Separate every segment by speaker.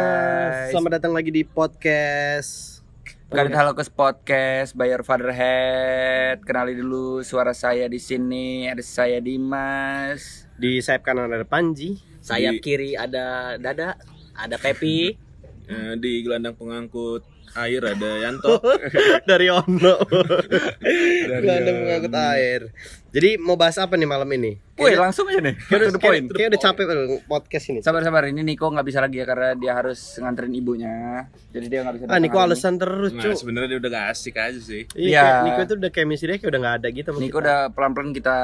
Speaker 1: guys.
Speaker 2: Selamat datang lagi di podcast.
Speaker 1: Kadet Halokus Podcast by Your Fatherhead. Kenali dulu suara saya di sini. Ada saya Dimas.
Speaker 2: Di sayap kanan ada Panji.
Speaker 3: sayap
Speaker 4: Di-
Speaker 3: kiri ada dada ada pepi
Speaker 4: Eh, di gelandang pengangkut air ada Yanto
Speaker 2: Dari Ono.
Speaker 4: Dari
Speaker 2: Dari ada mengangkut air. Jadi mau bahas apa nih malam ini?
Speaker 1: Woi langsung aja nih.
Speaker 2: Kayak,
Speaker 1: To the point.
Speaker 2: kayak udah capek eh, podcast ini.
Speaker 1: Sabar-sabar ini Niko nggak bisa lagi ya karena dia harus nganterin ibunya. Jadi dia nggak bisa.
Speaker 2: Ah,
Speaker 1: datang
Speaker 2: Niko
Speaker 1: hari ini.
Speaker 2: alasan terus,
Speaker 4: nah
Speaker 2: cu.
Speaker 4: sebenarnya dia udah gak asik aja sih
Speaker 2: Iya,
Speaker 1: Iya.
Speaker 2: kayak Niko itu udah chemistry-nya kayak udah nggak ada gitu sama
Speaker 1: Niko
Speaker 2: kita.
Speaker 1: udah pelan-pelan kita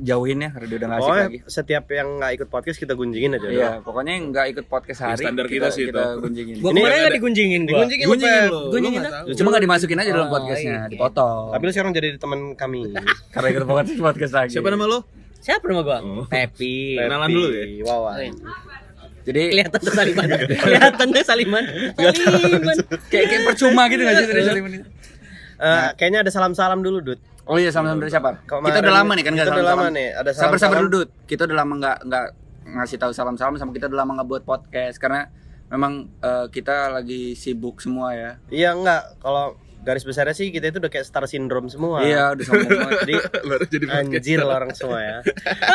Speaker 1: jauhin ya karena dia udah nggak asik
Speaker 2: Oh,
Speaker 1: lagi.
Speaker 2: setiap yang nggak ikut podcast kita gunjingin aja.
Speaker 1: Iya, pokoknya yang nggak ikut podcast hari
Speaker 4: standar kita sih itu.
Speaker 1: kita gunjingin.
Speaker 3: gua kemarin nggak digunjingin gua
Speaker 2: Digunjingin, Gunjingin
Speaker 4: lo
Speaker 3: Gunjingin
Speaker 2: ya?
Speaker 4: gak
Speaker 3: dah.
Speaker 4: tahu.
Speaker 1: Cuma nggak dimasukin aja dalam
Speaker 3: Oh,
Speaker 1: podcastnya,
Speaker 3: iya.
Speaker 1: dipotong.
Speaker 2: Oh. Tapi lu sekarang jadi teman kami.
Speaker 1: Karena ikut podcast podcast lagi.
Speaker 4: siapa nama lo
Speaker 3: siapa nama gua
Speaker 4: Oh.
Speaker 3: pepi
Speaker 4: Kenalan dulu ya.
Speaker 2: Di Wawan. Eh,
Speaker 1: Jadi
Speaker 3: kelihatan tuh saliman kelihatan tuh saliman saliman
Speaker 1: kayak kayak percuma gitu nggak sih dari Salim ini?
Speaker 2: Eh, kayaknya ada salam-salam dulu, Dut.
Speaker 1: Oh iya sama-sama dari siapa?
Speaker 2: Kemarin-
Speaker 1: kita udah lama nih kan nggak
Speaker 2: kita udah
Speaker 1: salam-salam.
Speaker 2: lama nih, ada
Speaker 1: sabar sabar
Speaker 2: salam-salam.
Speaker 1: dulu Dut. Kita udah lama nggak nggak ngasih tahu salam salam sama kita udah lama nggak buat podcast karena memang eh, kita lagi sibuk semua ya.
Speaker 2: Iya, enggak. Kalau garis besarnya sih kita itu udah kayak star syndrome semua.
Speaker 1: Iya udah sombong banget.
Speaker 2: Jadi
Speaker 4: baru jadi podcast
Speaker 2: anjir lah orang semua ya.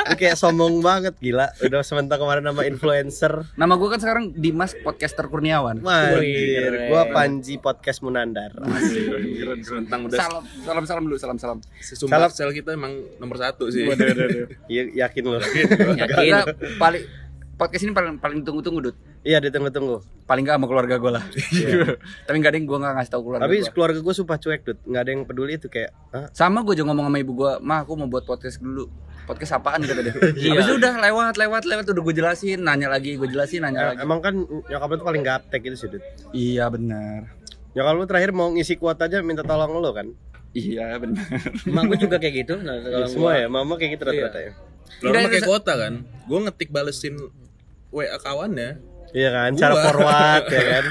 Speaker 2: Lu kayak sombong banget gila. Udah sementara kemarin nama influencer.
Speaker 1: Nama gue kan sekarang Dimas podcaster Kurniawan.
Speaker 2: Wah,
Speaker 3: Wih,
Speaker 2: anjir.
Speaker 3: keren.
Speaker 2: Gua Panji podcast Munandar.
Speaker 4: Keren, keren. tentang udah
Speaker 1: Salam salam salam dulu salam salam.
Speaker 4: sesumbar
Speaker 2: Salam.
Speaker 4: sel kita emang nomor satu sih
Speaker 2: Iya, yakin lu.
Speaker 3: yakin
Speaker 1: Kita paling podcast ini paling paling tunggu tunggu Dut.
Speaker 2: Iya, ditunggu-tunggu.
Speaker 1: Paling nggak sama keluarga gue lah. Tapi nggak ada yang gue nggak ngasih tahu keluarga.
Speaker 2: Iya. Tapi
Speaker 1: gua.
Speaker 2: keluarga gua sumpah cuek, Dut. Enggak ada yang peduli itu kayak, "Hah?
Speaker 1: sama gue juga ngomong sama ibu gue mah aku mau buat podcast dulu podcast apaan kata dia habis itu udah lewat lewat lewat udah gue jelasin nanya lagi gue jelasin nanya lagi
Speaker 2: Emang kan nyokap lu tuh paling gaptek gitu sih, Dut.
Speaker 1: iya benar
Speaker 2: Nyokap lu terakhir mau ngisi kuota aja minta tolong lu kan.
Speaker 1: iya benar
Speaker 3: emak gua juga kayak gitu nah,
Speaker 2: Iya,
Speaker 3: kalau
Speaker 2: semua
Speaker 3: gua-
Speaker 2: ya, mama kayak gitu rata-rata ya.
Speaker 4: lo
Speaker 1: Udah,
Speaker 4: orang pakai
Speaker 1: udah.
Speaker 4: kuota kan gue ngetik balesin WA kawannya
Speaker 2: Iya kan, cara
Speaker 4: Gua.
Speaker 2: forward ya kan.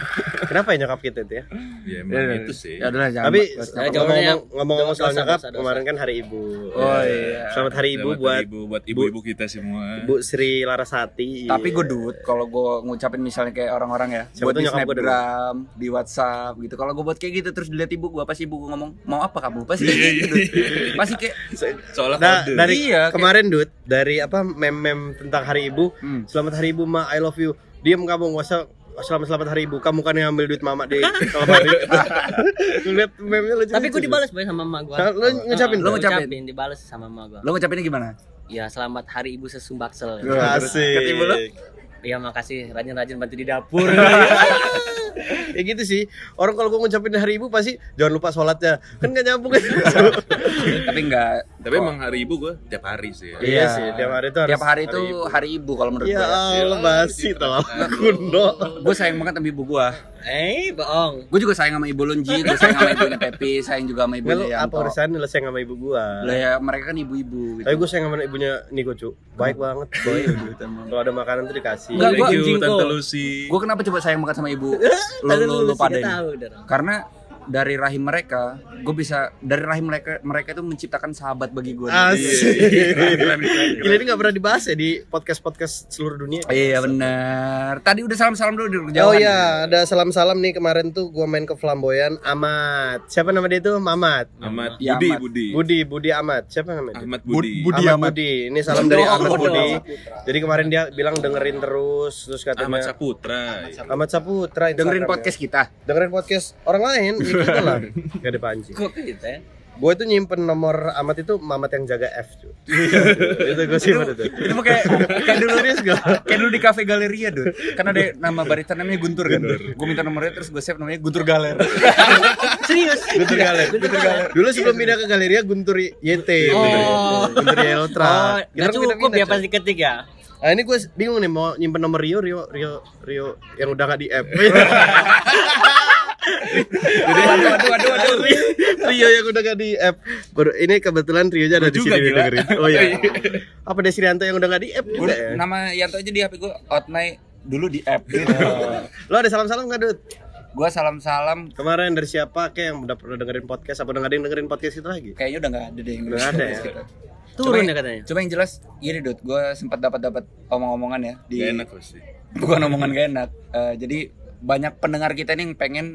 Speaker 2: Kenapa ya nyokap kita itu ya?
Speaker 4: ya emang itu sih
Speaker 1: ya udahlah jangan
Speaker 2: Tapi
Speaker 1: bahas-
Speaker 3: Ya,
Speaker 1: bahas-
Speaker 3: jangan- jawabannya
Speaker 2: ngomong-ngomong ngomong-ngomong soal
Speaker 3: dosa,
Speaker 2: nyokap,
Speaker 3: dosa, dosa.
Speaker 2: kemarin kan hari ibu. Ya.
Speaker 1: oh iya
Speaker 2: Selamat hari ibu
Speaker 4: Selamat
Speaker 2: buat
Speaker 4: ibu buat ibu-ibu kita semua
Speaker 2: Bu Sri Larasati.
Speaker 1: tapi gue dud kalau gue ngucapin misalnya kayak orang-orang ya
Speaker 2: Iya. Siapa
Speaker 1: buat
Speaker 2: tuh
Speaker 1: di
Speaker 2: nyokap gua dulu?
Speaker 1: snapgram di whatsapp gitu kalau gue buat kayak gitu terus dilihat ibu gue pasti ibu gue ngomong mau apa kamu pasti
Speaker 4: Iya,
Speaker 1: kayak gitu Dut. pasti kayak
Speaker 4: seolah
Speaker 2: Nah,
Speaker 4: kode
Speaker 2: dari
Speaker 1: Iya, kayak-
Speaker 2: kemarin Dut, dari apa mem-mem tentang hari ibu,
Speaker 1: Hmm.
Speaker 2: selamat hari ibu ma, I love you. Diam kamu, nggak usah selamat selamat hari ibu. Kamu kan yang ambil duit mama di lemari. Lu Lihat memnya lucu.
Speaker 3: tapi gua dibales boy sama emak gua
Speaker 2: Nah, lu ngucapin,
Speaker 3: Heeh,
Speaker 1: lu ngucapin.
Speaker 3: ngucapin dibales sama emak gua
Speaker 1: lo ngucapinnya gimana
Speaker 3: ya selamat hari ibu sesumbaksel
Speaker 2: Asik.
Speaker 1: Kata ibu lu?
Speaker 3: ya makasih rajin-rajin bantu di dapur
Speaker 2: ya gitu sih orang kalau gue ngucapin hari ibu pasti jangan lupa sholatnya kan gak nyambung kan
Speaker 1: tapi enggak
Speaker 4: tapi emang hari ibu gue tiap hari sih ya.
Speaker 2: Iya sih, tiap hari itu harus
Speaker 1: tiap hari itu
Speaker 2: hari ibu.
Speaker 1: hari ibu kalau menurut
Speaker 2: ya
Speaker 1: gue
Speaker 2: Allah basi tau kuno
Speaker 1: gue sayang banget sama ibu gua
Speaker 3: eh bohong
Speaker 1: gue juga sayang sama ibu Lunji gue sayang sama ibunya Pepi sayang juga sama
Speaker 2: Mel
Speaker 1: ibunya
Speaker 2: apa
Speaker 1: Yanto
Speaker 2: urusan lu sayang sama ibu gua
Speaker 1: lah ya mereka kan ibu-ibu gitu
Speaker 2: tapi gue sayang sama ibunya Niko cu baik banget boy kalau ada makanan tuh dikasih
Speaker 1: Enggak,
Speaker 4: thank
Speaker 1: gua-
Speaker 4: you
Speaker 3: Jingo.
Speaker 4: Tante Lucy
Speaker 1: gue kenapa coba sayang banget sama ibu lu lu, lu
Speaker 3: pada
Speaker 1: pada ini
Speaker 3: tahu Dar.
Speaker 1: karena dari rahim mereka gue bisa dari rahim mereka mereka itu menciptakan sahabat bagi gue
Speaker 2: Ah,
Speaker 4: Iya,
Speaker 2: asik gila ini gak pernah dibahas ya di podcast-podcast seluruh dunia
Speaker 1: iya benar tadi udah salam salam dulu di Jauhan.
Speaker 2: Oh iya, ada salam-salam nih kemarin tuh gua main ke Flamboyan Amat. Siapa nama dia tuh? Mamat.
Speaker 4: Ahmad
Speaker 1: Ya,
Speaker 4: Budi
Speaker 1: Ahmad.
Speaker 4: Budi
Speaker 2: Budi, Budi Amat. Siapa namanya? dia?
Speaker 4: Ahmad
Speaker 1: Bud-
Speaker 4: Budi
Speaker 1: Budi
Speaker 2: Ahmad
Speaker 1: Ahmad.
Speaker 2: Budi. Ini salam dari
Speaker 3: Bodoh,
Speaker 2: Ahmad
Speaker 3: bodoh.
Speaker 2: Budi. Jadi kemarin dia bilang dengerin terus terus
Speaker 4: Ahmad
Speaker 2: katanya
Speaker 4: Saputra
Speaker 2: Iya.
Speaker 4: iya.
Speaker 2: Ahmad Saputra
Speaker 1: dengerin
Speaker 2: Instagramnya.
Speaker 1: podcast kita
Speaker 2: dengerin podcast orang lain ya gitu lah gak ada panci
Speaker 3: kok gitu ya
Speaker 2: gue tuh nyimpen nomor Ahmad itu Mamat yang jaga F Iya, cuy. itu gue simpen itu
Speaker 1: itu mah kayak kayak dulu kayak dulu di cafe galeria dulu karena ada nama barista namanya Guntur kan gue minta nomornya terus gue save namanya Guntur Galer
Speaker 3: serius
Speaker 2: Guntur Galer
Speaker 3: Guntur Galer.
Speaker 2: dulu sebelum pindah ke galeria Guntur YT
Speaker 3: Oh.
Speaker 2: Guntur Yeltra
Speaker 3: Oh,
Speaker 2: Kita
Speaker 3: nggak
Speaker 2: kan
Speaker 3: cukup
Speaker 2: pindah-pindah,
Speaker 3: ya pas diketik ya.
Speaker 2: cuy. nah ini gue bingung nih mau nyimpen nomor Rio Rio Rio Rio yang udah gak di F
Speaker 1: waduh waduh waduh waduh
Speaker 2: Rio yang udah gak di app. Baru ini kebetulan Rio aja ada di sini
Speaker 1: juga,
Speaker 2: nih
Speaker 1: gila.
Speaker 2: dengerin. Oh iya. Apa Desirianto yang udah gak di app juga
Speaker 1: Udah,
Speaker 2: ya? Iya.
Speaker 1: nama Yanto aja di HP gue Outnight dulu di app gitu
Speaker 2: Lo ada salam-salam gak, Dut?
Speaker 1: gue salam salam
Speaker 2: Kemarin dari siapa kayak yang udah pernah dengerin podcast apa dengerin dengerin podcast itu lagi?
Speaker 1: kayaknya udah nggak ada deh yang
Speaker 2: Udah nggak ada ya?
Speaker 3: Turun
Speaker 1: Cuma-
Speaker 3: ya katanya.
Speaker 1: cuma yang jelas iya ini dud gue sempat dapat dapat omong-omongan ya di
Speaker 4: Gak enak pasti
Speaker 1: bukan omongan gak enak Eh, jadi banyak pendengar kita nih yang pengen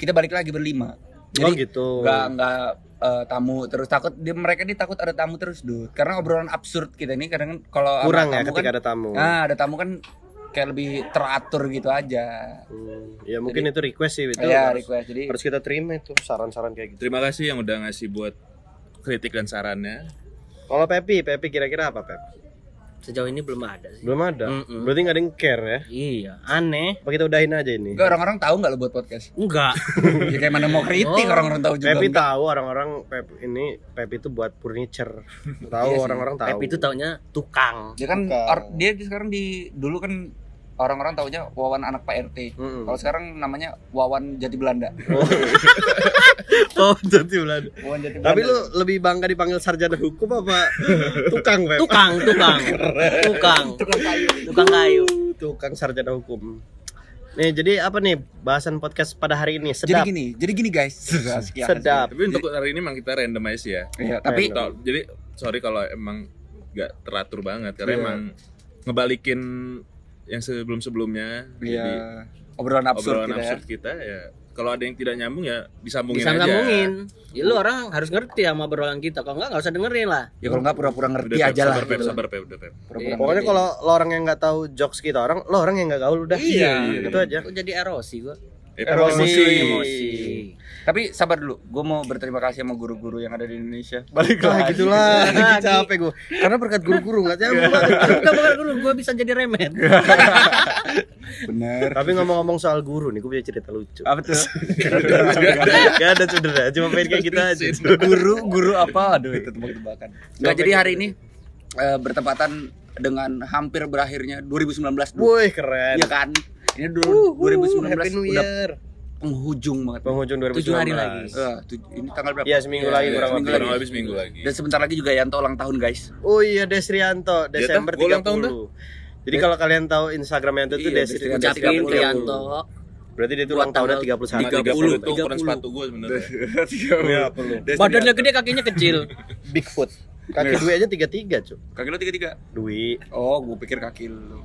Speaker 1: kita balik lagi berlima.
Speaker 2: Oh
Speaker 1: Jadi
Speaker 2: gitu.
Speaker 1: nggak nggak eh, tamu terus takut dia mereka nih takut ada tamu terus dud karena obrolan absurd kita nih kadang kan kalau sama
Speaker 2: Kurang ya
Speaker 1: tamu
Speaker 2: ketika
Speaker 1: kan,
Speaker 2: ada tamu.
Speaker 1: nah ada tamu kan kayak lebih teratur gitu aja
Speaker 2: Hmm, ya mungkin itu request sih itu.
Speaker 1: ya
Speaker 2: harus,
Speaker 1: request jadi
Speaker 2: harus kita terima itu saran-saran kayak gitu.
Speaker 4: Terima kasih yang udah ngasih buat kritik dan sarannya.
Speaker 2: Kalau Pepi, Pepi kira-kira apa Pep?
Speaker 3: Sejauh ini belum ada sih.
Speaker 2: Belum ada.
Speaker 1: Hmm.
Speaker 3: Mm-mm.
Speaker 2: Berarti nggak ada yang care ya?
Speaker 3: Iya, aneh.
Speaker 2: Apa kita udahin aja ini?
Speaker 1: Enggak, orang-orang tahu nggak lo buat podcast
Speaker 3: Enggak.
Speaker 1: ya kayak mana mau kritik
Speaker 3: Oh.
Speaker 1: orang-orang tahu juga
Speaker 2: Pepi tahu orang-orang Pep ini Pepi itu buat furniture. Tahu
Speaker 1: Iya sih.
Speaker 2: orang-orang tahu.
Speaker 3: Pep itu taunya tukang.
Speaker 1: dia kan
Speaker 2: Bukan.
Speaker 1: or- dia sekarang di dulu kan orang-orang taunya Wawan anak Pak RT
Speaker 2: Mm-mm.
Speaker 1: kalau sekarang namanya Wawan Jati Belanda
Speaker 2: Oh, jadi Belanda.
Speaker 1: Wawan Jati Belanda
Speaker 2: Tapi lu lebih bangga dipanggil sarjana hukum apa tukang, Pep?
Speaker 3: Tukang, tukang. Tukang.
Speaker 1: tukang kayu
Speaker 3: Tukang kayu.
Speaker 2: Tukang sarjana hukum. Nih, jadi apa nih bahasan podcast pada hari ini?
Speaker 1: jadi
Speaker 2: Sedap.
Speaker 1: gini jadi gini guys Sekian.
Speaker 2: Sedap.
Speaker 4: Tapi untuk hari ini emang kita randomize ya.
Speaker 1: Iya, tapi
Speaker 4: Tau- Jadi sorry kalau emang nggak teratur banget karena
Speaker 2: Iya.
Speaker 4: emang ngebalikin yang sebelum-sebelumnya.
Speaker 1: Iya.
Speaker 4: Jadi
Speaker 1: Obrolan absurd
Speaker 4: obrolan
Speaker 1: kita ya.
Speaker 4: absurd kita ya. Kalau ada yang tidak nyambung ya disambungin
Speaker 3: Bisa
Speaker 4: aja.
Speaker 3: ngomongin. Ya, lu orang harus ngerti sama obrolan kita. Kalau enggak enggak usah dengerin lah.
Speaker 1: Ya kalau nggak pura-pura ngerti
Speaker 4: Udah Pep,
Speaker 1: aja lah.
Speaker 4: sabar, Pep,
Speaker 1: gitu.
Speaker 4: sabar, Pep, udah, Pep.
Speaker 1: Pura-pura
Speaker 2: Pokoknya
Speaker 1: ngerti.
Speaker 2: kalau lo orang yang nggak tahu jokes kita orang, lo orang yang nggak gaul udah.
Speaker 3: Iya.
Speaker 2: Itu gitu aja.
Speaker 3: Lu jadi erosi gua.
Speaker 4: Eh,
Speaker 2: Emosi.
Speaker 3: Emosi.
Speaker 1: tapi sabar dulu. Gue mau berterima kasih sama guru-guru yang ada di Indonesia. Balik
Speaker 2: Nah, gitu.
Speaker 1: lagi.
Speaker 2: gitulah. Lagi
Speaker 3: Lagi.
Speaker 2: capek gue. Karena berkat guru-guru nggak nyambung.
Speaker 3: Bukan bukan dulu, gua bisa jadi remet.
Speaker 1: Bener.
Speaker 2: Tapi ngomong-ngomong soal guru nih, gue punya cerita lucu.
Speaker 1: Apa tuh?
Speaker 2: Gak ada cedera, cuma pengen kayak kita aja.
Speaker 1: guru guru apa? Aduh itu tebak-tebakan. Nggak jadi hari ini eh, bertepatan dengan hampir berakhirnya 2019. dulu.
Speaker 2: Woi keren.
Speaker 1: Iya kan? Ini dulu
Speaker 2: Happy
Speaker 1: 2019 udah
Speaker 2: New Year.
Speaker 1: penghujung banget.
Speaker 2: Penghujung 2019.
Speaker 1: Tujuh hari lagi. Eh, tuj- ini tanggal berapa?
Speaker 2: Iya seminggu lagi
Speaker 4: Iya,
Speaker 2: kurang
Speaker 4: kurang
Speaker 2: lebih.
Speaker 1: lagi.
Speaker 4: lebih seminggu lagi.
Speaker 1: Dan sebentar lagi juga Yanto ulang tahun guys.
Speaker 2: Oh iya Desrianto
Speaker 4: Dia
Speaker 2: Desember
Speaker 4: tuh, gua ulang
Speaker 2: 30.
Speaker 4: tahun
Speaker 2: Jadi kalau kalian tahu Instagram Yanto itu
Speaker 1: Iya,
Speaker 2: Desri
Speaker 1: Desrianto.
Speaker 3: Ucapin ke
Speaker 2: 30.
Speaker 3: Yanto.
Speaker 2: Berarti dia tuh
Speaker 3: Buat
Speaker 2: ulang tahunnya
Speaker 3: tanggal
Speaker 2: 31.
Speaker 4: Sama
Speaker 1: 30,
Speaker 4: 30 itu ukuran
Speaker 1: 30.
Speaker 4: sepatu gue sebenarnya.
Speaker 1: Iya, perlu.
Speaker 3: Badannya gede, kakinya kecil.
Speaker 2: Bigfoot.
Speaker 1: Iya.
Speaker 2: Kaki Dwi aja 33, Cuk.
Speaker 1: Kaki lo tiga tiga.
Speaker 2: Dwi.
Speaker 1: Oh, gue pikir kaki lo.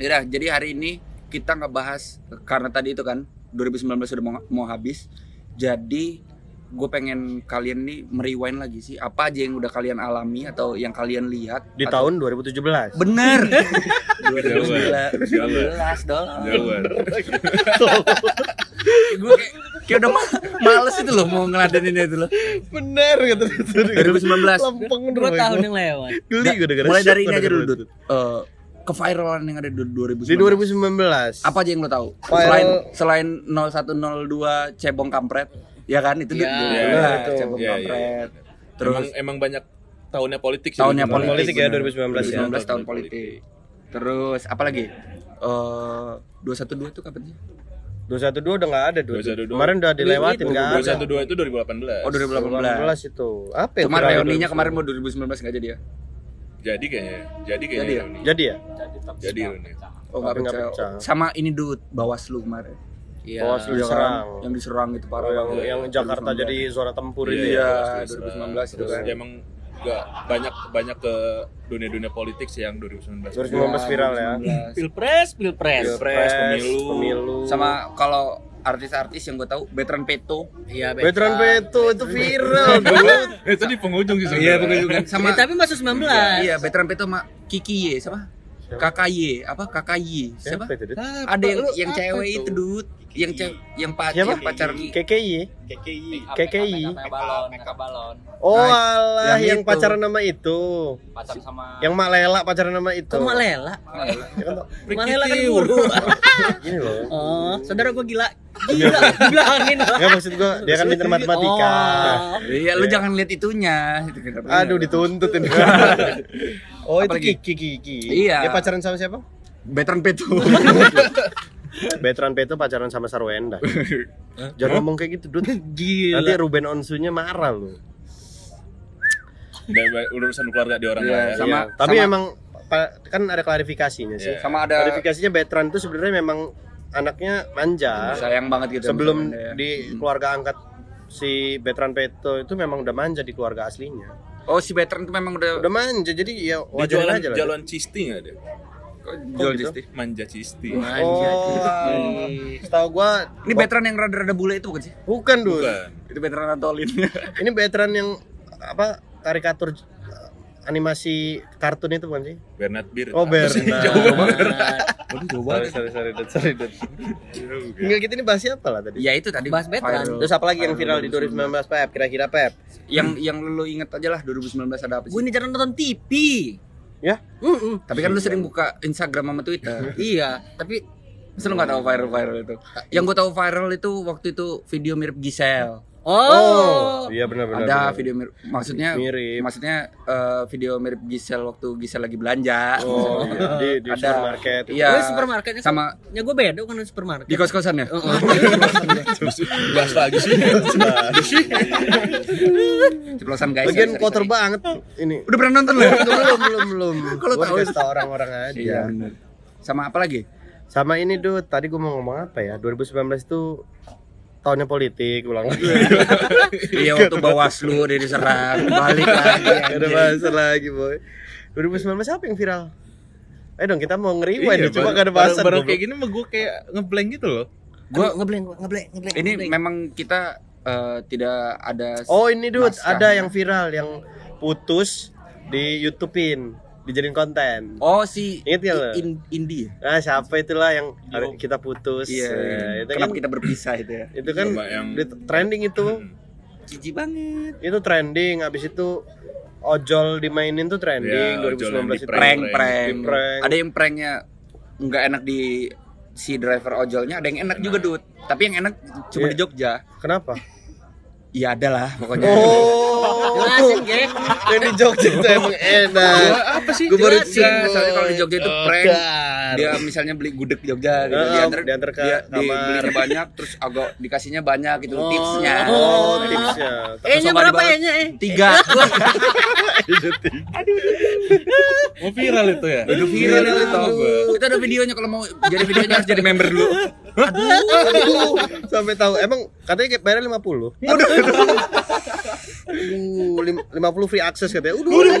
Speaker 1: Yaudah, jadi hari ini kita ngebahas karena tadi itu kan 2019 sudah mau, mau habis. Jadi gue pengen kalian nih merewind lagi sih apa aja yang udah kalian alami atau yang kalian lihat
Speaker 2: Di
Speaker 1: atau-
Speaker 2: tahun 2017.
Speaker 1: bener
Speaker 4: Jawa.
Speaker 1: 2019 dong
Speaker 4: Jauhan.
Speaker 1: gue kayak, kayak udah ma- males itu loh mau ngeladenin itu loh
Speaker 2: Bener kata
Speaker 1: 2019
Speaker 2: Lempeng
Speaker 3: Dua tahun yang lewat.
Speaker 2: Geli
Speaker 1: Da-
Speaker 2: gue denger.
Speaker 1: mulai dari ini
Speaker 2: Shock
Speaker 1: aja
Speaker 2: gua
Speaker 1: dulu
Speaker 2: denger.
Speaker 1: Dut. Eh, keviralan yang ada di 2019
Speaker 2: Di 2019.
Speaker 1: apa aja yang lo tahu
Speaker 2: Viral-
Speaker 1: selain selain 0102 cebong kampret ya kan itu
Speaker 3: Iya,
Speaker 1: dulu
Speaker 4: iya,
Speaker 2: itu.
Speaker 1: cebong
Speaker 4: Iya, iya.
Speaker 1: kampret terus
Speaker 4: Terus emang, emang banyak tahunnya politik kan? sih.
Speaker 1: tahunnya
Speaker 4: Bener.
Speaker 1: politik,
Speaker 2: politik ya,
Speaker 1: bener.
Speaker 2: 2019 ya.
Speaker 1: 2019 tahun politik terus apa lagi eh 212 itu kapan sih
Speaker 2: 212 udah nggak ada Dut.
Speaker 4: 212.
Speaker 2: Kemarin udah
Speaker 1: Iya,
Speaker 2: dilewatin nggak ada.
Speaker 4: 2012 itu 2018.
Speaker 1: oh 2018
Speaker 2: 2018 itu. Apa ya?
Speaker 1: cuma
Speaker 2: viral
Speaker 1: reuninya
Speaker 2: 2019?
Speaker 1: kemarin mau 2019 nggak jadi ya
Speaker 4: Jadi kayaknya, jadi kayaknya
Speaker 1: Jadi ya?
Speaker 4: ini.
Speaker 2: Jadi ya?
Speaker 4: Jadi ini.
Speaker 1: oh nggak
Speaker 2: Tapi nggak
Speaker 1: pecah.
Speaker 2: pecah.
Speaker 1: sama ini dude bawaslu kemarin ya kan?
Speaker 3: Iya.
Speaker 2: Bawaslu diserang.
Speaker 1: yang diserang itu
Speaker 2: Oh,
Speaker 1: parah
Speaker 2: yang
Speaker 1: banget.
Speaker 2: yang Jakarta jadi zona tempur itu
Speaker 1: Iya,
Speaker 2: ya.
Speaker 1: 2019 itu
Speaker 4: Terus
Speaker 1: kan.
Speaker 4: ya emang nggak banyak banyak ke dunia-dunia politik sih yang 2019.
Speaker 2: 2019 viral ya.
Speaker 1: 2019.
Speaker 3: Pilpres, pilpres.
Speaker 2: Pilpres,
Speaker 4: pemilu.
Speaker 2: pemilu.
Speaker 1: Iya, sama kalau artis-artis yang gue tahu veteran Peto
Speaker 3: Iya,
Speaker 2: Veteran Veto itu viral. Dut.
Speaker 4: itu di penghujung sih
Speaker 1: iya bukan juga sama
Speaker 3: Sama tapi masuk 19.
Speaker 1: iya veteran Peto sama Kiki Ye siapa Kakak Ye apa Kakak Ye siapa
Speaker 2: Siapa itu? Dut?
Speaker 1: ada yang yang cewek itu dud yang cewek yang pacar
Speaker 2: Siapa?
Speaker 1: yang pacar
Speaker 2: KKI. KKI.
Speaker 5: balon, makeup balon,
Speaker 2: Oh
Speaker 1: Nah,
Speaker 2: alah
Speaker 1: yang
Speaker 2: yang,
Speaker 1: itu.
Speaker 2: pacaran nama itu.
Speaker 5: pacar sama
Speaker 2: Yang Mak Lela pacaran nama itu.
Speaker 3: Kok Malela?
Speaker 2: Ya kan, Tok?
Speaker 3: Malela kan guru.
Speaker 2: Gini loh.
Speaker 3: Oh, saudara gua gila. Gila, bilang angin.
Speaker 2: Enggak maksud gua dia kan pintar matematika.
Speaker 3: Oh.
Speaker 1: iya lu jangan lihat itunya Itu kenapa?
Speaker 2: Aduh dituntut ini. oh itu
Speaker 1: Iya. Apalagi?
Speaker 2: Kiki Kiki.
Speaker 1: Iya.
Speaker 2: Dia pacaran sama siapa?
Speaker 1: veteran Peto
Speaker 2: Veteran Peto pacaran sama Sarwenda. Jangan ngomong kayak gitu, Dut. Nanti
Speaker 1: Iya.
Speaker 3: Gila.
Speaker 2: Ruben Onsunya marah loh.
Speaker 4: Dan ba- urusan keluarga di orang
Speaker 1: Iya,
Speaker 4: lain.
Speaker 1: sama-
Speaker 2: Iya. Tapi
Speaker 1: sama-
Speaker 2: emang pa- kan ada klarifikasinya sih.
Speaker 4: Iya.
Speaker 1: sama ada
Speaker 2: Klarifikasinya veteran itu sebenarnya memang anaknya manja.
Speaker 1: sayang banget gitu
Speaker 2: Sebelum
Speaker 1: misalnya, ya.
Speaker 2: di keluarga angkat si veteran Peto itu memang udah manja di keluarga aslinya.
Speaker 1: oh si veteran itu memang udah
Speaker 2: Udah manja jadi ya
Speaker 4: Dia
Speaker 2: wajar
Speaker 4: jualan
Speaker 2: aja lah.
Speaker 4: jualan cisti nggak dia?
Speaker 1: Kok Joel
Speaker 2: gitu?
Speaker 1: Jisti?
Speaker 4: manja cisti
Speaker 2: Oh, wow. setahu gua
Speaker 1: Ini veteran yang rada-rada bule itu bukan sih?
Speaker 2: bukan dulu.
Speaker 4: bukan
Speaker 1: Itu veteran Antolin.
Speaker 2: Ini veteran yang apa karikatur eh, animasi kartun itu bukan sih?
Speaker 4: Bernard Bir
Speaker 2: Oh, Bernard.
Speaker 1: Waduh, jauh
Speaker 2: Sorry sorry sorry Dad, sorry Dad. Enggak kita ini bahasnya apa lah tadi?
Speaker 1: Ya itu tadi
Speaker 3: Bahas veteran.
Speaker 1: viral.
Speaker 2: Terus apa lagi yang viral di
Speaker 1: 2019?
Speaker 2: 2019 Pep? Kira-kira Pep?
Speaker 1: Yang yang lu inget aja lah 2019 ada apa
Speaker 3: Gue
Speaker 1: sih?
Speaker 3: ini jarang nonton TV.
Speaker 2: Ya?
Speaker 3: Mm-mm.
Speaker 1: Tapi kan lu sering buka Instagram sama Twitter.
Speaker 3: Iya, tapi
Speaker 1: Masa lu gak tahu viral-viral itu? Yang gue tahu viral itu waktu itu video mirip Giselle.
Speaker 3: oh,
Speaker 2: iya benar-benar.
Speaker 1: ada video mirip maksudnya
Speaker 2: Mirip.
Speaker 1: maksudnya eh, video mirip Giselle waktu Giselle lagi belanja.
Speaker 2: Oh, iya. di di
Speaker 1: Ada.
Speaker 2: supermarket.
Speaker 1: Iya.
Speaker 3: Gue supermarketnya
Speaker 1: sama
Speaker 3: ya gue beda kan di supermarket.
Speaker 1: di kos-kosan ya?
Speaker 4: bahas lagi sih
Speaker 1: Ceplosan guys. sorry,
Speaker 2: Lagian
Speaker 1: sorry,
Speaker 2: kotor
Speaker 1: sorry.
Speaker 2: banget ini.
Speaker 1: Udah pernah nonton lu? ya?
Speaker 2: belum belum belum.
Speaker 1: Kalau
Speaker 2: Gua
Speaker 1: tahu-
Speaker 2: dikasih tahu orang-orang aja.
Speaker 1: Iya benar. Sama apa lagi?
Speaker 2: Sama ini Dut, tadi gue mau ngomong apa ya? 2019 itu tahunnya politik ulang lagi.
Speaker 1: Iya waktu Bawaslu dia diserang balik lagi.
Speaker 2: Gak ada bahasa lagi boy. 2019 apa yang viral? Ayo dong kita mau ngeriwain nih, cuma gak ada bahasan.
Speaker 4: Iya, baru,
Speaker 2: goblok.
Speaker 4: kayak gitu. gini mah gue kayak ngeblank gitu loh
Speaker 1: Gua
Speaker 3: ngebleng, gua ngebleng, ngebleng.
Speaker 1: ini
Speaker 3: ngebleng.
Speaker 1: memang kita eh, tidak ada
Speaker 2: Oh ini Dut,
Speaker 1: naskah.
Speaker 2: ada yang viral yang putus di YouTube-in, dijadiin konten.
Speaker 1: Oh si
Speaker 2: Ingat nggak lo?
Speaker 1: in, Indi ya?
Speaker 2: Nah, siapa itulah yang hari- kita putus.
Speaker 1: Iya.
Speaker 2: Nah, itu kan
Speaker 1: Kenapa kita berpisah itu ya?
Speaker 2: itu kan
Speaker 4: Coba yang-
Speaker 2: di- trending itu.
Speaker 1: Jijik banget.
Speaker 2: Itu trending habis itu ojol dimainin tuh trending
Speaker 4: Iya, ojol yang
Speaker 2: 2019 itu.
Speaker 4: di-prank.
Speaker 1: Prank prank.
Speaker 2: Di prank.
Speaker 1: Ada yang pranknya nggak enak di si driver ojolnya, ada yang enak, juga Dut. Tapi yang enak cuma
Speaker 2: Iya.
Speaker 1: di Jogja.
Speaker 2: Kenapa?
Speaker 1: Iya ada lah pokoknya.
Speaker 2: Oh.
Speaker 3: Jelasin, Gek.
Speaker 2: Yang di Jogja itu emang enak.
Speaker 4: apa sih
Speaker 1: Gue baru
Speaker 3: jelasin,
Speaker 1: Nggak, soalnya kalau di Jogja itu prank.
Speaker 2: Dia
Speaker 1: Dia misalnya beli gudeg Jogja gitu,
Speaker 2: Heeh,
Speaker 1: diantar,
Speaker 2: diantar ke
Speaker 1: dia,
Speaker 2: kamar.
Speaker 1: dibelinya banyak, terus agak dikasihnya banyak gitu tipsnya.
Speaker 2: Oh, tipsnya.
Speaker 3: E-nya
Speaker 1: Langsung
Speaker 3: berapa
Speaker 1: balik.
Speaker 3: E-nya eh?
Speaker 1: Tiga.
Speaker 4: mau viral itu ya
Speaker 1: Udah viral itu tau Kita ada videonya kalau mau jadi videonya harus jadi member dulu.
Speaker 2: Aduh, sampai tahu. Emang katanya kayak bayar 50. Aduh. Aduh, lim- 50 free access katanya. Udah.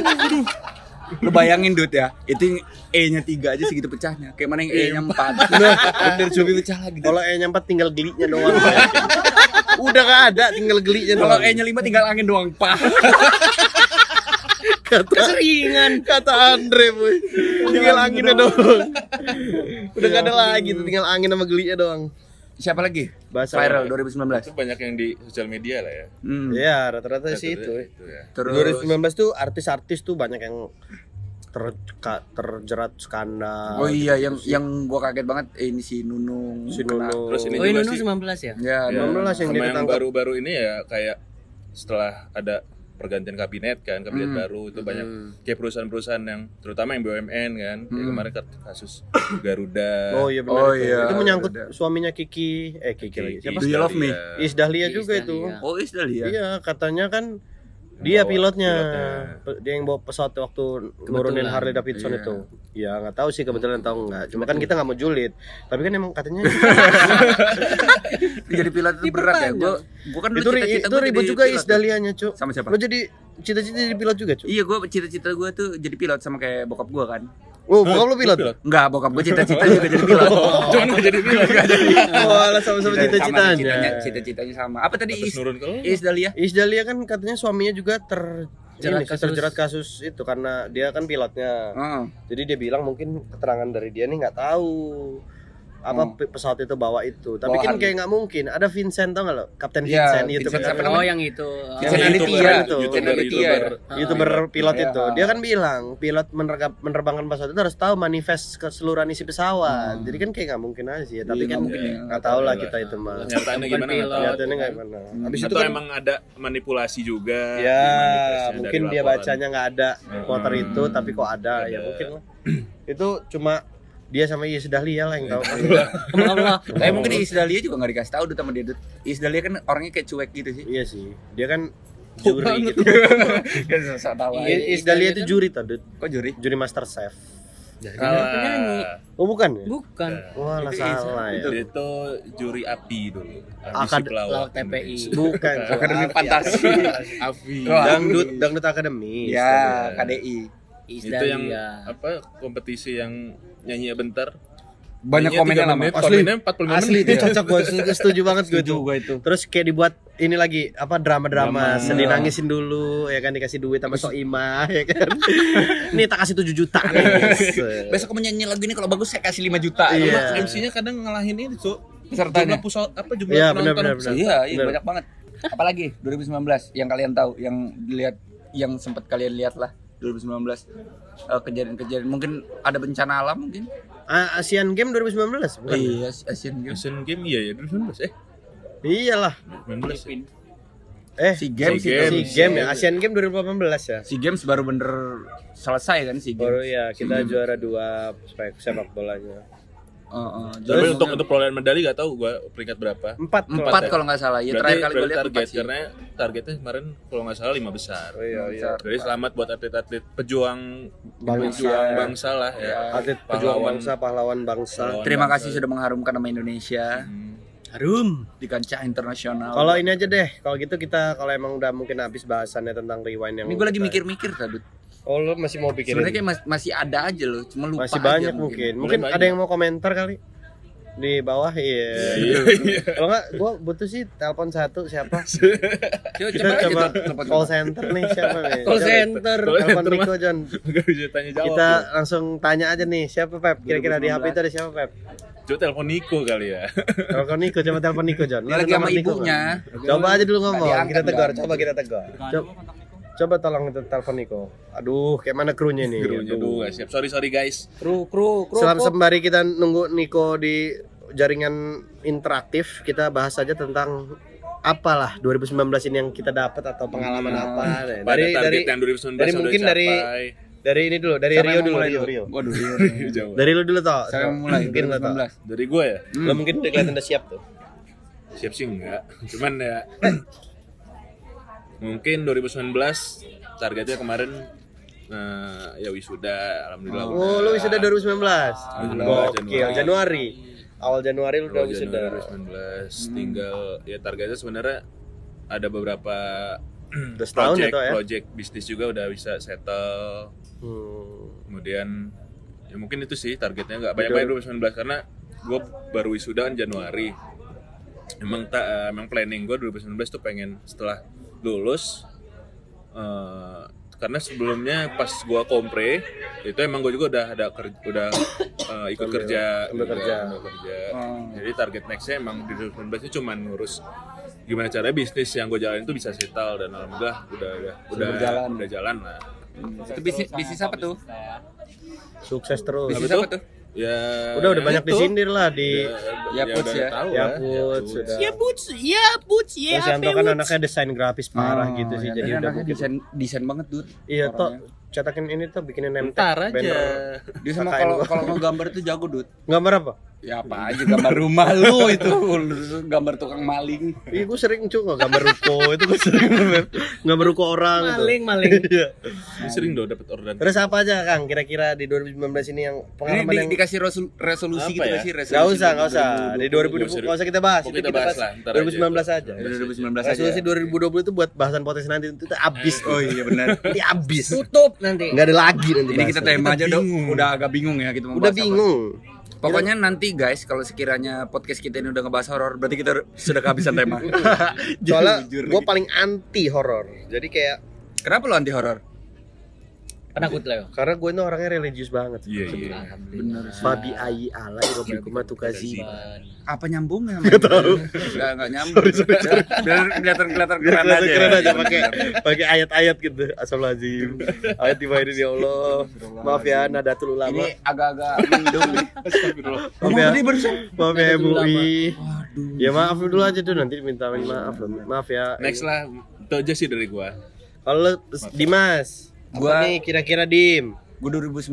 Speaker 1: Lu bayangin Dut ya, itu yang E-nya tiga aja segitu pecahnya. Kayak mana yang E-nya empat.
Speaker 2: Bener cumi pecah lagi. Kalau E-nya 4 tinggal gelinya doang. Udah gak ada, tinggal gelinya
Speaker 1: Kalau
Speaker 2: doang.
Speaker 1: E-nya lima tinggal angin doang, Pak.
Speaker 2: kata
Speaker 3: Keseringan.
Speaker 2: kata Andre, boy. Tinggal anginnya doang. Udah gak ada lagi, tuh, tinggal angin sama gelinya doang.
Speaker 1: Siapa lagi?
Speaker 2: Bahasa
Speaker 1: Viral
Speaker 4: itu
Speaker 1: 2019.
Speaker 4: banyak yang di sosial media lah ya
Speaker 1: Hmm.
Speaker 2: Iya, rata-rata sih itu.
Speaker 4: itu ya
Speaker 1: Terus
Speaker 2: 2019 tuh artis-artis tuh banyak yang ter ka- terjerat skandal.
Speaker 1: Oh iya yang yang gua kaget banget eh, ini si Nunung.
Speaker 2: Si
Speaker 1: kena.
Speaker 2: Nunung.
Speaker 4: Terus ini
Speaker 3: Oh, ini
Speaker 4: juga
Speaker 3: Nunung
Speaker 4: sih
Speaker 3: 19 ya?
Speaker 1: Ya,
Speaker 4: Ya,
Speaker 2: 16 yang
Speaker 4: sama
Speaker 2: dia
Speaker 4: yang
Speaker 2: ketangkap.
Speaker 4: baru-baru ini ya kayak setelah ada pergantian kabinet kan kabinet
Speaker 2: Hmm.
Speaker 4: baru itu banyak kayak perusahaan-perusahaan yang terutama yang BUMN kan
Speaker 2: Hmm.
Speaker 4: kayak kemarin kat- kasus Garuda
Speaker 2: Oh iya benar.
Speaker 1: Oh
Speaker 2: itu.
Speaker 1: iya,
Speaker 2: Itu menyangkut
Speaker 1: benar.
Speaker 2: suaminya Kiki, eh Kiki lagi. Siapa?
Speaker 1: Do you love
Speaker 4: ya,
Speaker 1: me?
Speaker 2: Iis Dahlia juga
Speaker 3: Iis
Speaker 2: itu.
Speaker 3: Dahlia.
Speaker 1: Oh Isdal ya.
Speaker 2: Iya, katanya kan dia
Speaker 4: bawa
Speaker 2: pilotnya.
Speaker 4: pilotnya.
Speaker 2: Pe- Dia yang bawa pesawat waktu nurunin Harley Davidson
Speaker 1: Iya.
Speaker 2: itu. Ya nggak tahu sih kebetulan tahu nggak. Cuma kan kita nggak mau julid. Tapi kan emang katanya
Speaker 1: Jadi pilot itu berat ya. Gua gua kan dulu
Speaker 2: itu, ri-
Speaker 1: cita-cita
Speaker 2: itu
Speaker 1: gua
Speaker 2: ribut
Speaker 1: jadi
Speaker 2: juga
Speaker 1: pilot
Speaker 2: Iis
Speaker 1: tuh.
Speaker 2: Dahlianya, Cuk.
Speaker 1: Sama siapa?
Speaker 2: Lo jadi cita-cita jadi pilot juga, Cuk.
Speaker 1: Iya, gua cita-cita gua tuh jadi pilot sama kayak bokap gua kan.
Speaker 2: Oh, bukan lo pilot.
Speaker 1: Enggak, bokap gua cita-cita juga jadi pilot.
Speaker 4: cuman nggak jadi pilot
Speaker 2: Oh, alah sama-sama
Speaker 1: Cita- Iya, sama,
Speaker 2: cita-citanya.
Speaker 1: Cita-citanya sama. Apa tadi
Speaker 4: Terus
Speaker 1: Is?
Speaker 4: nurun ke lu.
Speaker 2: Iya,
Speaker 1: Is Dahlia?
Speaker 2: Iis Dahlia kan katanya suaminya juga ter ini,
Speaker 3: Jerat kasus.
Speaker 2: terjerat kasus itu karena dia kan pilotnya.
Speaker 1: Heeh.
Speaker 2: Jadi dia bilang mungkin keterangan dari dia nih nggak tahu apa
Speaker 1: Hmm.
Speaker 2: pe- pesawat itu bawa itu.
Speaker 1: Bawa
Speaker 2: Tapi kan
Speaker 1: Harley.
Speaker 2: kayak nggak mungkin. Ada Vincent tau nggak lo? Kapten
Speaker 1: Iya,
Speaker 2: Vincent, gitu kan. itu
Speaker 1: Vincent siapa
Speaker 3: Oh,
Speaker 1: namanya?
Speaker 3: yang itu. Oh.
Speaker 1: Vincent
Speaker 2: Yang
Speaker 1: Aditya,
Speaker 2: YouTuber itu.
Speaker 1: Vincent
Speaker 4: YouTuber,
Speaker 1: Aditya ya.
Speaker 4: YouTuber.
Speaker 2: youtuber pilot
Speaker 1: Iya.
Speaker 2: itu. Dia kan bilang pilot menerka- menerbangkan pesawat itu harus tahu manifest keseluruhan isi pesawat. Jadi kan kayak nggak mungkin aja sih. ya.
Speaker 1: Hmm. Iya,
Speaker 2: Tapi kan
Speaker 1: nggak Iya. mungkin ya.
Speaker 2: nggak tahu lah kita itu mah.
Speaker 4: Nyataannya
Speaker 3: Bukan
Speaker 4: gimana nggak tahu.
Speaker 3: pilot.
Speaker 2: Kelihatannya nggak gimana. Iya. Habis itu
Speaker 4: atau
Speaker 2: kan
Speaker 4: emang ada manipulasi juga
Speaker 2: Ya,
Speaker 4: manipulasinya
Speaker 2: mungkin
Speaker 4: dari
Speaker 2: dia
Speaker 4: laporan. Hmm.
Speaker 2: bacanya nggak ada motor itu, tapi kok ada, ya
Speaker 4: Ada.
Speaker 2: mungkin lah. itu cuma dia sama Iis Dahlia lah yang tahu.
Speaker 4: Iya.
Speaker 3: Sama Allah.
Speaker 1: Tapi mungkin Is Dahlia juga enggak dikasih tahu Dut, sama dia. Dut. Is Dahlia kan orangnya kayak cuek gitu sih.
Speaker 2: iya sih, dia kan juri gitu.
Speaker 1: Kan sok tahu aja.
Speaker 2: Iis Dahlia
Speaker 4: Iya,
Speaker 2: itu juri
Speaker 4: kan?
Speaker 2: tuh, Dut.
Speaker 1: Kok juri?
Speaker 2: juri Master Chef.
Speaker 4: Kalah.
Speaker 3: Penyanyi.
Speaker 2: Oh bukan ya?
Speaker 3: Bukan.
Speaker 2: Wah, lah
Speaker 4: Iya,
Speaker 2: salah ya.
Speaker 4: Dia itu juri api dulu.
Speaker 2: Akad-
Speaker 3: Laut TPI.
Speaker 2: Bukan. iya.
Speaker 1: Akademi
Speaker 2: Api,
Speaker 1: Fantasi. Iya,
Speaker 2: Api.
Speaker 1: Wah.
Speaker 4: Iya,
Speaker 2: Dangdut, Dangdut Akademi.
Speaker 1: Ya, KDI.
Speaker 3: Is
Speaker 4: itu
Speaker 3: dan
Speaker 4: yang
Speaker 3: dia.
Speaker 4: apa kompetisi yang nyanyi bentar
Speaker 1: Banyak
Speaker 4: Nyanyinya
Speaker 1: komennya
Speaker 4: tiga
Speaker 1: lama.
Speaker 4: menit,
Speaker 2: Asli.
Speaker 4: komennya 45
Speaker 2: Asli
Speaker 4: menit
Speaker 2: itu cocok gue setuju banget gue
Speaker 1: Setuju
Speaker 2: tuh.
Speaker 1: gue itu.
Speaker 2: Terus kayak dibuat ini lagi apa drama-drama
Speaker 4: Drama.
Speaker 2: sedih nangisin dulu ya kan dikasih duit sama Soima ya kan. Nih tak kasih 7 juta. nih.
Speaker 1: Besok kamu nyanyi lagu ini kalau bagus saya kasih 5 juta.
Speaker 2: Iya.
Speaker 4: MC-nya kadang ngalahin ini tuh
Speaker 1: Pesertanya.
Speaker 4: jumlah pusat apa jumlah
Speaker 2: Iya,
Speaker 4: penonton
Speaker 2: benar, benar,
Speaker 1: Iya, iya
Speaker 2: Bener.
Speaker 1: banyak banget. Apalagi 2019 yang kalian tahu, yang dilihat, yang sempat kalian lihat lah 2019 eh, kejadian-kejadian. mungkin ada bencana alam mungkin.
Speaker 2: Ah, Asian Game 2019 bukan?
Speaker 1: Iya, Asian Games.
Speaker 4: Asian Game iya ya 2019 eh
Speaker 2: Iyalah.
Speaker 4: 19
Speaker 2: Eh
Speaker 1: Si Games
Speaker 4: Si
Speaker 1: itu.
Speaker 2: si
Speaker 4: Games.
Speaker 2: game ya Asian Game 2018 ya.
Speaker 1: Si Games baru bener selesai kan si
Speaker 2: Baru
Speaker 1: Games.
Speaker 2: ya kita juara dua sepak sepak bolanya.
Speaker 1: Oh, oh.
Speaker 4: tapi
Speaker 1: Jadi
Speaker 4: untuk
Speaker 1: mungkin
Speaker 4: untuk perolehan medali gak tahu gua peringkat berapa
Speaker 2: Empat. kalau
Speaker 1: empat
Speaker 2: nggak
Speaker 1: kalau nggak salah. Ya terakhir kali gue lihat
Speaker 4: target
Speaker 1: empat sih.
Speaker 4: karena targetnya kemarin kalau nggak salah lima besar
Speaker 2: salah. Iya iya.
Speaker 1: Besar.
Speaker 4: jadi selamat buat atlet-atlet pejuang
Speaker 2: Bangsa.
Speaker 4: pejuang bangsa lah ya
Speaker 2: Atlet pejuang bangsa pahlawan bangsa.
Speaker 4: Pahlawan
Speaker 1: Terima
Speaker 4: bangsa.
Speaker 1: kasih sudah mengharumkan nama Indonesia
Speaker 4: Hmm.
Speaker 3: Harum.
Speaker 1: di kancah internasional.
Speaker 2: Kalau iya, ini aja deh, kalau gitu kita kalau emang udah mungkin habis bahasannya tentang rewind yang
Speaker 1: ini gue lagi
Speaker 2: kita-
Speaker 1: mikir-mikir tadi.
Speaker 2: Oh lu masih mau pikirin?
Speaker 1: Sebenarnya kayak mas- masih ada aja loh, cuma lupa
Speaker 2: masih
Speaker 1: aja
Speaker 2: banyak mungkin. Mungkin,
Speaker 4: Belum
Speaker 2: ada
Speaker 4: banyak.
Speaker 2: yang mau komentar kali di bawah iya.
Speaker 4: Iya, iya.
Speaker 2: Kalau nggak, gua butuh sih telepon satu siapa?
Speaker 1: Coba gitu,
Speaker 2: Kita coba
Speaker 1: telepon
Speaker 2: call center nih siapa nih?
Speaker 3: Call
Speaker 2: Coba.
Speaker 3: center.
Speaker 4: Call center,
Speaker 2: Telepon
Speaker 4: Mas.
Speaker 2: Niko John.
Speaker 4: Nggak bisa tanya jawab
Speaker 2: Kita
Speaker 4: lu.
Speaker 2: langsung tanya aja nih siapa Pep? Kira-kira di HP itu ada siapa Pep?
Speaker 4: coba telepon Niko kali ya
Speaker 2: Telepon Niko, coba telepon Niko John. Lu
Speaker 1: Dia lagi
Speaker 2: ada nomor
Speaker 1: sama
Speaker 2: Niko,
Speaker 1: ibunya.
Speaker 2: Bang? Coba aja dulu ngomong.
Speaker 1: Nggak
Speaker 2: Kita
Speaker 1: diangkat,
Speaker 2: tegur,
Speaker 1: Bang.
Speaker 2: coba kita tegur. Coba,
Speaker 5: kontak Niko.
Speaker 2: coba tolong kita telepon Niko. Aduh, kayak mana krunya nih?
Speaker 4: Krunya
Speaker 2: Aduh.
Speaker 4: dulu nggak siap sorry sorry guys
Speaker 3: Kru kru kru.
Speaker 2: Selam
Speaker 3: kru.
Speaker 2: sembari kita nunggu Niko di jaringan interaktif, kita bahas aja tentang apalah 2019 ini yang kita dapat atau pengalaman apa deh.
Speaker 4: pada
Speaker 2: dari dari
Speaker 4: Hmm. target yang 2019
Speaker 2: dari
Speaker 4: sudah
Speaker 2: mungkin dari-
Speaker 4: dicapai.
Speaker 2: dari ini dulu dari Rio dulu Rio.
Speaker 1: Waduh,
Speaker 2: Iya,
Speaker 4: Jawa.
Speaker 2: Dari lu dulu toh.
Speaker 1: saya mau mulai
Speaker 2: Mungkin lu toh.
Speaker 1: 2019.
Speaker 4: dari gue ya
Speaker 2: Lu mungkin udah kelihatan udah siap tuh.
Speaker 4: siap sih enggak cuman ya mungkin 2019 targetnya kemarin eh, ya wisuda alhamdulillah
Speaker 2: Oh, lu wisuda 2019.
Speaker 4: Alhamdulillah,
Speaker 2: Gokil,
Speaker 4: Januari.
Speaker 2: Januari. Awal Januari lu udah
Speaker 4: Januari
Speaker 2: wisuda. Hmm.
Speaker 4: 2019 tinggal ya targetnya sebenarnya ada beberapa
Speaker 2: Udah setahun ya,
Speaker 4: project,
Speaker 2: Toh, ya?
Speaker 4: project bisnis juga udah bisa settle
Speaker 2: Hmm.
Speaker 4: kemudian ya mungkin itu sih targetnya nggak banyak banyak 2019 karena gue baru wisuda kan Januari emang tak eh, emang planning gue 2019 tuh pengen setelah lulus eh, karena sebelumnya pas gue kompre itu emang gue juga udah ada ker- udah eh, ikut kerja
Speaker 2: ambil
Speaker 4: juga,
Speaker 2: kerja.
Speaker 4: ambil kerja.
Speaker 1: Oh.
Speaker 4: jadi target nextnya emang di 2019 itu cuman ngurus gimana cara bisnis yang gue jalanin tuh bisa settle dan alhamdulillah udah udah udah
Speaker 1: berjalan.
Speaker 4: udah jalan lah
Speaker 1: Itu bisnis bisnis apa tuh?
Speaker 2: Sukses terus.
Speaker 1: Bisnis
Speaker 4: Apa
Speaker 1: apa
Speaker 4: tuh?
Speaker 1: tuh?
Speaker 4: Ya
Speaker 2: Udah udah
Speaker 4: yang
Speaker 2: banyak
Speaker 4: itu. Iya,
Speaker 2: disindir lah di
Speaker 4: Ya,
Speaker 1: Ya, Puts,
Speaker 4: udah
Speaker 1: ya.
Speaker 4: tahu
Speaker 2: Ya,
Speaker 4: lah.
Speaker 2: Puts, sudah.
Speaker 3: Ya Boots, ya Boots, ya
Speaker 4: Iya,
Speaker 1: Oh,
Speaker 2: Terus Yanto
Speaker 3: apa,
Speaker 2: kan
Speaker 3: Boots?
Speaker 2: anaknya desain grafis parah gitu sih jadi udah
Speaker 1: iya, anaknya
Speaker 2: bikin
Speaker 1: desain desain banget tuh.
Speaker 2: Iya toh cetakin ini tuh bikinin name
Speaker 4: Ntar
Speaker 2: tag,
Speaker 4: aja.
Speaker 2: banner.
Speaker 1: Dia sama
Speaker 2: Kakain
Speaker 1: kalau
Speaker 2: gua.
Speaker 1: kalau ngegambar tuh jago, Dut.
Speaker 2: Gambar apa?
Speaker 1: Ya apa aja gambar rumah lu itu, Lu gambar tukang maling.
Speaker 2: Iya gue sering cuy nggak gambar ruko itu gue sering Beb. gambar ruko orang gitu.
Speaker 3: Maling, maling.
Speaker 2: Iya.
Speaker 4: Ini sering dong dapat orderan.
Speaker 2: Terus apa aja Kang kira-kira di 2019 ini yang
Speaker 1: Ini
Speaker 2: pengalaman
Speaker 1: di-
Speaker 2: yang
Speaker 1: dikasih resul- resolusi
Speaker 4: Apa
Speaker 1: gitu
Speaker 4: ya?
Speaker 1: kasih resolusi.
Speaker 2: Gak usah, gak usah. Di 2020
Speaker 4: 2020.
Speaker 2: gak usah kita bahas. Itu
Speaker 4: Pokoknya kita
Speaker 2: kita
Speaker 4: bahas
Speaker 2: bahas
Speaker 4: lah, ntar aja
Speaker 2: 2019
Speaker 4: itu.
Speaker 2: aja.
Speaker 1: Di 2019 aja.
Speaker 2: Resolusi 2020 itu buat bahasan potensi nanti itu tuh abis.
Speaker 1: Oh iya benar.
Speaker 2: Nanti abis.
Speaker 3: Tutup nanti.
Speaker 2: Gak ada lagi nanti.
Speaker 1: Ini Iya. kita
Speaker 2: bahasan.
Speaker 1: tema aja udah, udah agak bingung ya kita mau
Speaker 2: Udah
Speaker 1: bahas apa.
Speaker 2: bingung.
Speaker 1: Pokoknya nanti guys kalau sekiranya podcast kita ini udah ngebahas horor berarti kita sudah kehabisan tema.
Speaker 2: Soalnya
Speaker 1: Jujur
Speaker 2: gue
Speaker 1: gitu.
Speaker 2: paling anti horor. Jadi kayak
Speaker 1: Kenapa lo anti horor?
Speaker 3: Penakut lah.
Speaker 2: karena gue ini orangnya religius banget.
Speaker 4: Iya, iya.
Speaker 1: Bener
Speaker 2: Fabi ayi ala
Speaker 1: Iya,
Speaker 2: irobikuma tukazi.
Speaker 1: Apa ya nyambungnya? Gak tau Gak, gak nyambung Biar kelihatan-kelihatan keren aja ya.
Speaker 2: keren aja pakai pakai ayat-ayat gitu astagfirullahalazim ayat dimainin ya Allah maaf ya
Speaker 1: Ini
Speaker 2: Nadatul Ulama
Speaker 1: agak-agak mendung nih
Speaker 2: maaf ya maaf ya MUI
Speaker 1: Waduh
Speaker 2: ya maaf dulu aja tuh nanti minta maaf loh maaf ya
Speaker 4: Next lah, itu aja sih dari gua.
Speaker 2: kalau lu- Dimas
Speaker 1: Gua-
Speaker 2: gua nih kira-kira Dim
Speaker 1: Gue 2019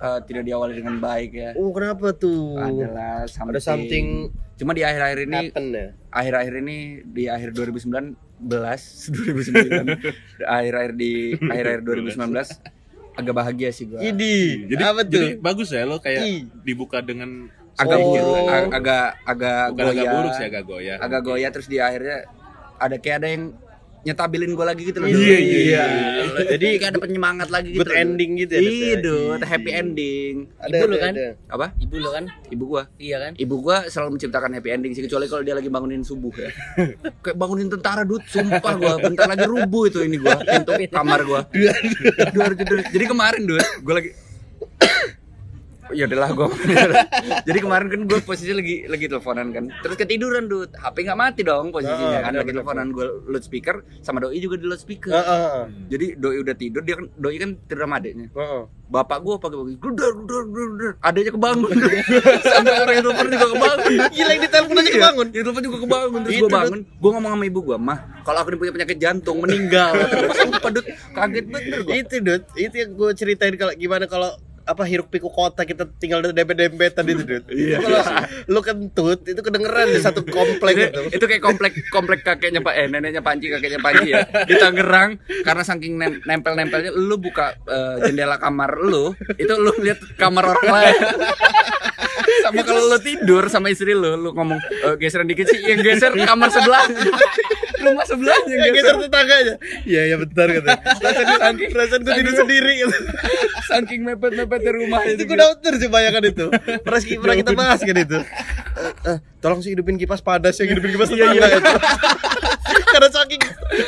Speaker 1: eh, tidak diawali dengan baik ya
Speaker 2: oh kenapa tuh
Speaker 1: Adalah something,
Speaker 2: ada something
Speaker 1: Cuma di akhir-akhir ini
Speaker 2: happen ya
Speaker 1: akhir-akhir ini di akhir 2019 2009 akhir-akhir di akhir-akhir 2019 agak bahagia sih gua
Speaker 2: Idi
Speaker 4: Jadi,
Speaker 2: apa
Speaker 4: jadi
Speaker 2: tuh
Speaker 4: bagus ya lo kayak
Speaker 2: Ih.
Speaker 4: dibuka dengan
Speaker 1: agak
Speaker 2: Oh.
Speaker 1: buruk ag- agak agak
Speaker 4: bukan
Speaker 1: goyah
Speaker 4: agak buruk sih agak goyah. Iya,
Speaker 1: agak goyah terus di akhirnya ada kayak ada yang nyetabilin gue lagi gitu loh.
Speaker 2: Iya, iya, iya.
Speaker 1: Jadi kayak ada penyemangat lagi gitu.
Speaker 2: Good ending gitu ya, Dut, ya?
Speaker 1: Iya, Dut, happy ending.
Speaker 2: Ada,
Speaker 3: Ibu lu
Speaker 2: ada,
Speaker 3: kan?
Speaker 2: ada.
Speaker 1: Apa?
Speaker 3: Ibu lo kan?
Speaker 1: Ibu gua.
Speaker 3: Iya kan?
Speaker 1: Ibu gua selalu menciptakan happy ending sih kecuali kalau dia lagi bangunin subuh ya. Kayak bangunin tentara dud, sumpah gua bentar lagi rubuh itu ini gua pintu kamar gua. Duar, duar. Jadi kemarin dud, gua lagi ya udahlah gua. Jadi kemarin kan gua posisi lagi lagi teleponan kan. Terus ketiduran dud, HP nggak mati dong posisinya kan lagi teleponan gua loudspeaker sama doi juga di loudspeaker.
Speaker 2: Heeh,
Speaker 1: Jadi doi udah tidur, dia kan doi kan tidur sama adeknya
Speaker 2: heeh.
Speaker 1: bapak gua pagi-pagi gudar gudar gudar adanya kebangun sampai orang yang telepon juga kebangun
Speaker 2: Gila, yang ditelepon aja
Speaker 1: Iya,
Speaker 2: kebangun.
Speaker 1: yang telepon juga kebangun terus
Speaker 2: Itu,
Speaker 1: gua bangun gua ngomong sama ibu gua mah kalau aku ini punya penyakit jantung meninggal sumpah dut kaget bener gua
Speaker 2: Itu Dut, itu yang gue ceritain kalau gimana kalau apa hiruk pikuk kota kita tinggal dempet dempetan itu Dut. Iya. Kalau lu kentut itu kedengeran di satu komplek
Speaker 1: itu,
Speaker 2: gitu.
Speaker 1: itu kayak komplek komplek kakeknya pak eh neneknya panci kakeknya panci ya di Tangerang karena saking nem- nempel-nempelnya lu buka eh, jendela kamar lu itu lu lihat kamar orang lain sama kalau lu tidur sama istri lu lu ngomong "Eh, geseran dikit sih yang geser kamar sebelah rumah sebelahnya
Speaker 2: Ya
Speaker 1: geser
Speaker 2: geser tetangga aja. Iya, ya bentar gitu. Perasaan gua- Iya, Perasaan gue tidur sendiri gitu.
Speaker 1: saking mepet-mepet di rumah
Speaker 2: itu gue dauter coba bayangkan itu. Pernah ki- pernah kita bahas kan itu. Eh, eh, tolong sih hidupin kipas padas ya, hidupin kipas tetangga itu. Karena saking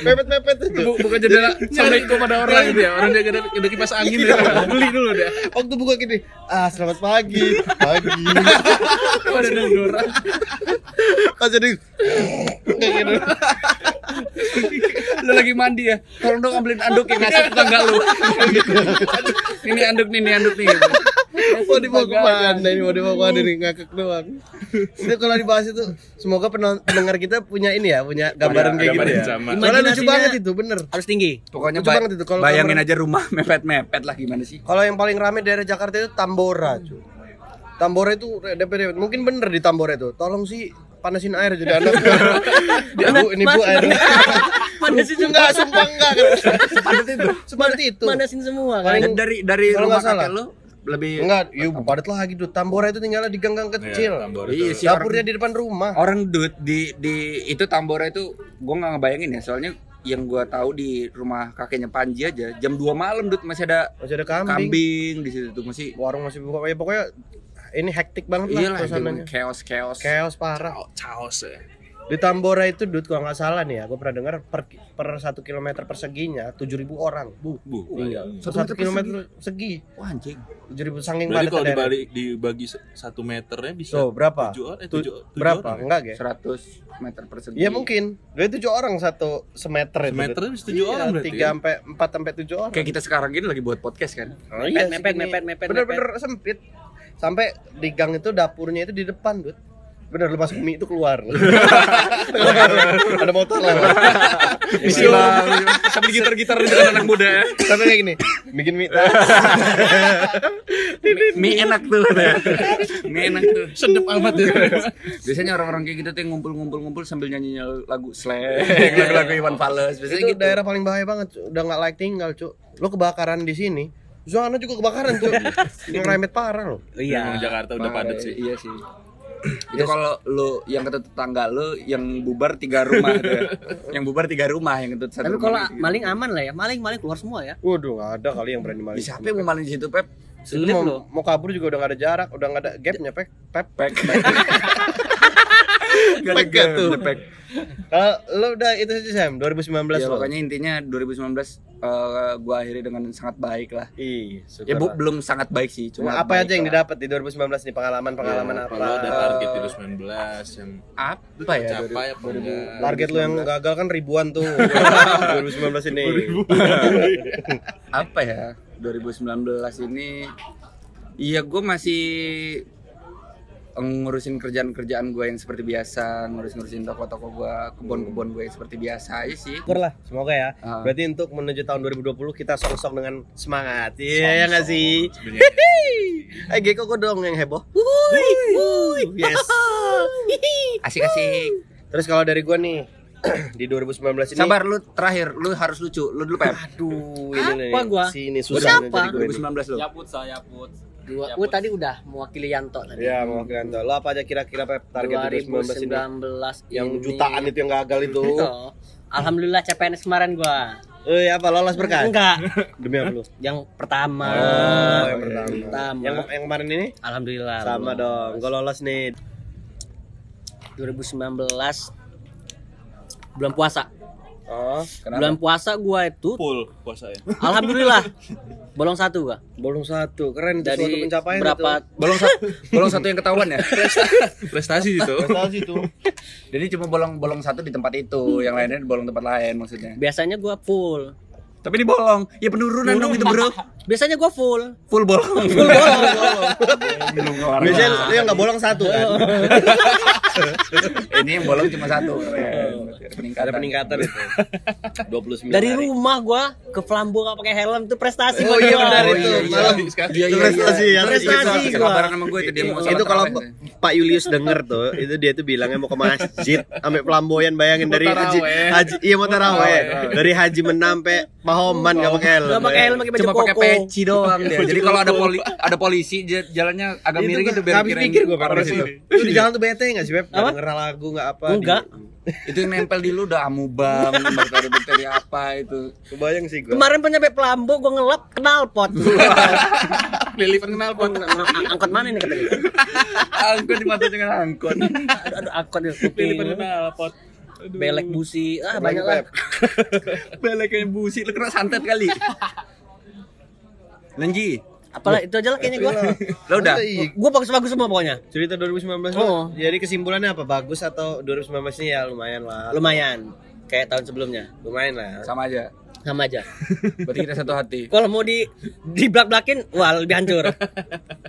Speaker 2: mepet-mepet itu.
Speaker 1: Bu- buka jendela assalamualaikum pada orang gitu ya orang dia ada, ada kipas angin ya
Speaker 2: Iya.
Speaker 1: beli dulu deh
Speaker 2: Waktu buka gini, ah selamat pagi, pagi.
Speaker 1: ada deodoran
Speaker 2: Pas jadi kayak gitu.
Speaker 1: lu lagi mandi ya tolong dong ambilin anduk yang ngasih tetangga lu ini anduk nih ini anduk nih
Speaker 2: Mau dibawa kemana ini, mau dibawa kemana ini, ngakak doang. Itu kalau dibahas itu, semoga penon- pendengar kita punya ini ya, punya gambaran kayak gitu
Speaker 4: gambaran
Speaker 2: ya.
Speaker 4: sama.
Speaker 2: Soalnya lucu
Speaker 3: Imajinasinya-
Speaker 2: banget itu, bener.
Speaker 3: Harus tinggi.
Speaker 1: pokoknya
Speaker 2: Lucu
Speaker 1: ba-
Speaker 2: banget itu kalau
Speaker 1: bayangin
Speaker 2: kamar-
Speaker 1: aja rumah mepet-mepet lah gimana sih
Speaker 2: Kalau yang paling rame daerah Jakarta itu Tambora, cuy. Tambora itu DPD. Mungkin bener di Tambora itu. Tolong sih panasin air jadi anak. bu, ini bu
Speaker 3: Mas,
Speaker 2: air.
Speaker 3: Panasin
Speaker 2: enggak,
Speaker 3: semua.
Speaker 2: sumpah enggak.
Speaker 1: padat itu
Speaker 2: Sepadat itu.
Speaker 3: Panasin semua kan.
Speaker 2: Paling-
Speaker 1: dari dari
Speaker 2: Kalau
Speaker 1: rumah
Speaker 2: nggak salah.
Speaker 1: kakek lu lebih
Speaker 2: Enggak, yuk padat lagi tuh. Tambora itu tinggalnya di gang-gang kecil.
Speaker 1: iya sih orang-
Speaker 2: Dapurnya di depan rumah.
Speaker 1: orang dude di di itu Tambora itu gue nggak ngebayangin ya soalnya yang gue tahu di rumah kakeknya Panji aja jam 2 malam dude masih ada
Speaker 2: Masih ada
Speaker 1: kambing,
Speaker 2: kambing.
Speaker 1: di situ tuh masih
Speaker 2: Warung masih buka. Ya, pokoknya ini hektik banget lah
Speaker 1: iyalah
Speaker 2: suasananya.
Speaker 1: chaos chaos
Speaker 2: Chaos parah.
Speaker 4: Chaos ya.
Speaker 2: Di Tambora itu, Dut, kalau nggak salah nih ya, gue pernah dengar per, per 1 kilometer perseginya 7.000 orang. Bu,
Speaker 4: Bu.
Speaker 1: Satu
Speaker 2: satu,
Speaker 1: meter
Speaker 2: kilometer segi.
Speaker 1: wah anjing
Speaker 2: Tujuh ribu sangking
Speaker 4: Berarti
Speaker 2: padat
Speaker 4: kalau
Speaker 2: daerah.
Speaker 4: dibalik dibagi se- satu meternya bisa
Speaker 2: Tuh, berapa?
Speaker 4: tujuh orang, eh,
Speaker 2: Tu-
Speaker 4: tujuh- tujuh
Speaker 2: berapa?
Speaker 4: orang ya?
Speaker 2: Enggak, ya?
Speaker 1: 100 meter persegi
Speaker 2: Ya mungkin. Dua tujuh orang satu semeter itu. Iya,
Speaker 4: Semeternya bisa tujuh orang berarti
Speaker 2: Tiga
Speaker 4: ya?
Speaker 2: sampai empat sampai tujuh orang.
Speaker 1: kayak kita sekarang gini lagi buat podcast kan
Speaker 2: Oh,
Speaker 3: Mepet,
Speaker 2: segini.
Speaker 3: mepet, mepet,
Speaker 2: Bener-bener sempit. Sampai di gang itu dapurnya itu di depan, Dut. Bener lu masuk mie itu keluar. Ada motor lewat.
Speaker 4: Iya.
Speaker 1: misi bang sambil gitar gitar di dekat anak muda ya
Speaker 2: Sampai kayak gini, bikin mie.
Speaker 1: mie, mie enak tuh ya. mie enak tuh sedep amat ya. tuh biasanya orang-orang kayak gitu tuh yang ngumpul-ngumpul-ngumpul sambil nyanyi lagu slang lagu-lagu Iwan Fals biasanya
Speaker 2: itu
Speaker 1: gitu
Speaker 2: daerah paling bahaya banget, Cuk. udah nggak layak tinggal, Cuk. Lu kebakaran di sini, Zona juga kebakaran, Cuk. Ngeremet parah loh.
Speaker 4: Iya. Memang Jakarta udah padat sih.
Speaker 1: Iya sih. Itu kalau lu yang ketut tetangga lu yang bubar tiga rumah tuh ya. Yang bubar tiga rumah yang ketut satu.
Speaker 3: Tapi
Speaker 1: rumah
Speaker 3: kalau
Speaker 1: gitu.
Speaker 3: maling aman lah ya. Maling-maling keluar semua ya.
Speaker 2: Waduh, nggak ada kali yang berani
Speaker 1: Ih,
Speaker 2: maling.
Speaker 1: siapa yang mau maling di situ, Pep?
Speaker 2: Itu
Speaker 3: Sulit
Speaker 2: mau,
Speaker 3: loh.
Speaker 2: mau kabur juga udah gak ada jarak, udah gak ada gapnya, Pep. Pep.
Speaker 1: Pek. Gak
Speaker 2: Pek gak tuh?
Speaker 1: ada pek.
Speaker 2: Kalau lo udah itu aja Sam, 2019
Speaker 1: Ya
Speaker 2: lo.
Speaker 1: pokoknya intinya 2019 eh, gua akhiri dengan sangat baik lah.
Speaker 2: Ih, syukur
Speaker 1: Ya bu,
Speaker 2: lah.
Speaker 1: belum sangat baik sih, cuma
Speaker 2: Cuma apa
Speaker 1: Nah, baik
Speaker 2: aja yang
Speaker 1: lah.
Speaker 2: didapat di 2019 nih pengalaman-pengalaman apa?
Speaker 4: Kalau ada target di 2019 yang
Speaker 1: Apa ya?
Speaker 4: tercapai apa enggak?
Speaker 2: Target lo yang gagal kan ribuan tuh 2019 ini.
Speaker 1: apa ya 2019 ini iya gue masih ngurusin kerjaan-kerjaan gue yang seperti biasa ngurus-ngurusin toko-toko gue kebun-kebun gue yang seperti biasa aja sih
Speaker 2: Syukur lah, semoga ya.
Speaker 1: Ah.
Speaker 2: Berarti untuk menuju tahun 2020 kita song-song dengan semangat. Iya ya nggak sih?
Speaker 4: Sebenarnya.
Speaker 2: Eh Geko kok dong yang heboh. Wuih, Yes.
Speaker 1: asik-asik
Speaker 2: Terus kalau dari gua nih di 2019 ini
Speaker 1: sabar lu terakhir lu harus lucu lu dulu pep
Speaker 2: Hmm. Aduh, ini
Speaker 3: Apa
Speaker 2: nih.
Speaker 3: gua?
Speaker 2: Sini
Speaker 3: Gua
Speaker 2: susah nih
Speaker 3: siapa?
Speaker 2: jadi gua ini.
Speaker 1: 2019 lu
Speaker 5: Yaput saya yaput.
Speaker 3: Dua.
Speaker 5: Yaput.
Speaker 3: Gua tadi udah mewakili Yanto tadi.
Speaker 2: Ya, mau Wiranto. Lo apa aja kira-kira Pep target 2019 ini?
Speaker 3: 2019
Speaker 2: Yang
Speaker 3: ini. Iya.
Speaker 2: jutaan itu yang gagal itu.
Speaker 3: Tuh. Alhamdulillah CPNS kemarin gua.
Speaker 2: Eh apa lolos berkah?
Speaker 3: Enggak.
Speaker 2: Demi apa lu?
Speaker 3: Yang pertama.
Speaker 2: Oh, yang
Speaker 3: Yang
Speaker 2: pertama.
Speaker 3: pertama.
Speaker 2: Yang yang kemarin ini
Speaker 3: Alhamdulillah.
Speaker 2: sama dong. Gua lolos nih.
Speaker 3: 2019 bulan puasa.
Speaker 2: Oh,
Speaker 3: Bulan puasa gua itu
Speaker 4: full puasa ya
Speaker 3: alhamdulillah bolong satu gua.
Speaker 2: bolong satu. Keren itu suatu
Speaker 3: Dari
Speaker 2: pencapaian gitu.
Speaker 3: berapa
Speaker 2: itu.
Speaker 1: Bolong satu, bolong satu yang ketahuan ya.
Speaker 4: prestasi itu
Speaker 2: Prestasi itu.
Speaker 1: Jadi cuma bolong-bolong satu di tempat itu, yang lainnya bolong tempat lain maksudnya.
Speaker 3: biasanya gua full.
Speaker 1: Tapi ini bolong, ya penurunan dong itu bro.
Speaker 3: Biasanya gua full.
Speaker 1: Full bolong.
Speaker 3: Full bolong.
Speaker 1: Belum keluar.
Speaker 2: Biasanya lu yang enggak bolong satu kan.
Speaker 1: Ini yang bolong cuma satu. Iya. Peningkatan.
Speaker 2: Ada peningkatan itu. 29
Speaker 3: Dari
Speaker 2: hari.
Speaker 3: rumah gua ke Flambo nggak pakai helm itu prestasi
Speaker 2: Oh
Speaker 3: buat
Speaker 2: iya
Speaker 3: gua.
Speaker 2: benar
Speaker 1: Oh,
Speaker 2: itu.
Speaker 1: iya, iya.
Speaker 2: Malam.
Speaker 1: Iya, iya,
Speaker 2: Prestasi
Speaker 1: iya.
Speaker 2: yang
Speaker 3: Prestasi
Speaker 1: Itu
Speaker 3: gua.
Speaker 1: kabaran sama gue iya. itu dia mau
Speaker 2: itu
Speaker 1: salat
Speaker 2: kalau
Speaker 1: tarawih.
Speaker 2: Pak Julius denger tuh, itu dia tuh bilangnya mau ke masjid, sampai pelamboyan bayangin dari
Speaker 4: Mau
Speaker 2: haji,
Speaker 4: taraweh.
Speaker 2: haji iya mau
Speaker 1: Oh,
Speaker 2: taraweh,
Speaker 4: taraweh.
Speaker 2: dari haji menampe Pahoman nggak pakai helm,
Speaker 3: Nggak pakai helm, pakai baju
Speaker 1: cuma pakai
Speaker 3: koko.
Speaker 1: peci doang dia. Jadi kalau ada poli, ada polisi j- jalannya agak miring itu biar
Speaker 2: habis
Speaker 1: kirain gitu.
Speaker 2: pikir gue
Speaker 1: orang
Speaker 2: orang
Speaker 1: situ.
Speaker 2: itu. Lu di jalan tuh bete nggak sih, Beb? Nggak
Speaker 3: Apa?
Speaker 2: denger lagu nggak apa?
Speaker 3: Enggak.
Speaker 2: Di-
Speaker 1: Itu yang nempel di lu udah amubam, bakteri-bakteri apa itu.
Speaker 2: Kebayang sih gue.
Speaker 3: Kemarin pas nyampe Flambo gua ngelap knalpot.
Speaker 1: Lilipan kenal pot.
Speaker 3: Ang- angkot mana nih kata dia?
Speaker 1: Angkot di mata dengan angkot.
Speaker 3: Aduh, aduh angkot di kuping.
Speaker 4: pot
Speaker 3: Belek busi. Ah banyak lah.
Speaker 1: Belaknya busi, lu kena santet kali. Lenji,
Speaker 3: Apalah itu aja lah kayaknya gua.
Speaker 1: lo udah?
Speaker 3: Gua bagus-bagus semua pokoknya.
Speaker 2: Oh, Cerita 2019
Speaker 3: Iya. Oh.
Speaker 2: lu, jadi kesimpulannya apa? Bagus atau 2019 ini ya lumayan lah.
Speaker 3: Lumayan. Kayak tahun sebelumnya.
Speaker 2: Lumayan lah.
Speaker 1: Sama aja.
Speaker 3: Sama aja.
Speaker 1: Berarti kita satu hati.
Speaker 3: Kalau mau di di blak-blakin, wah lebih hancur.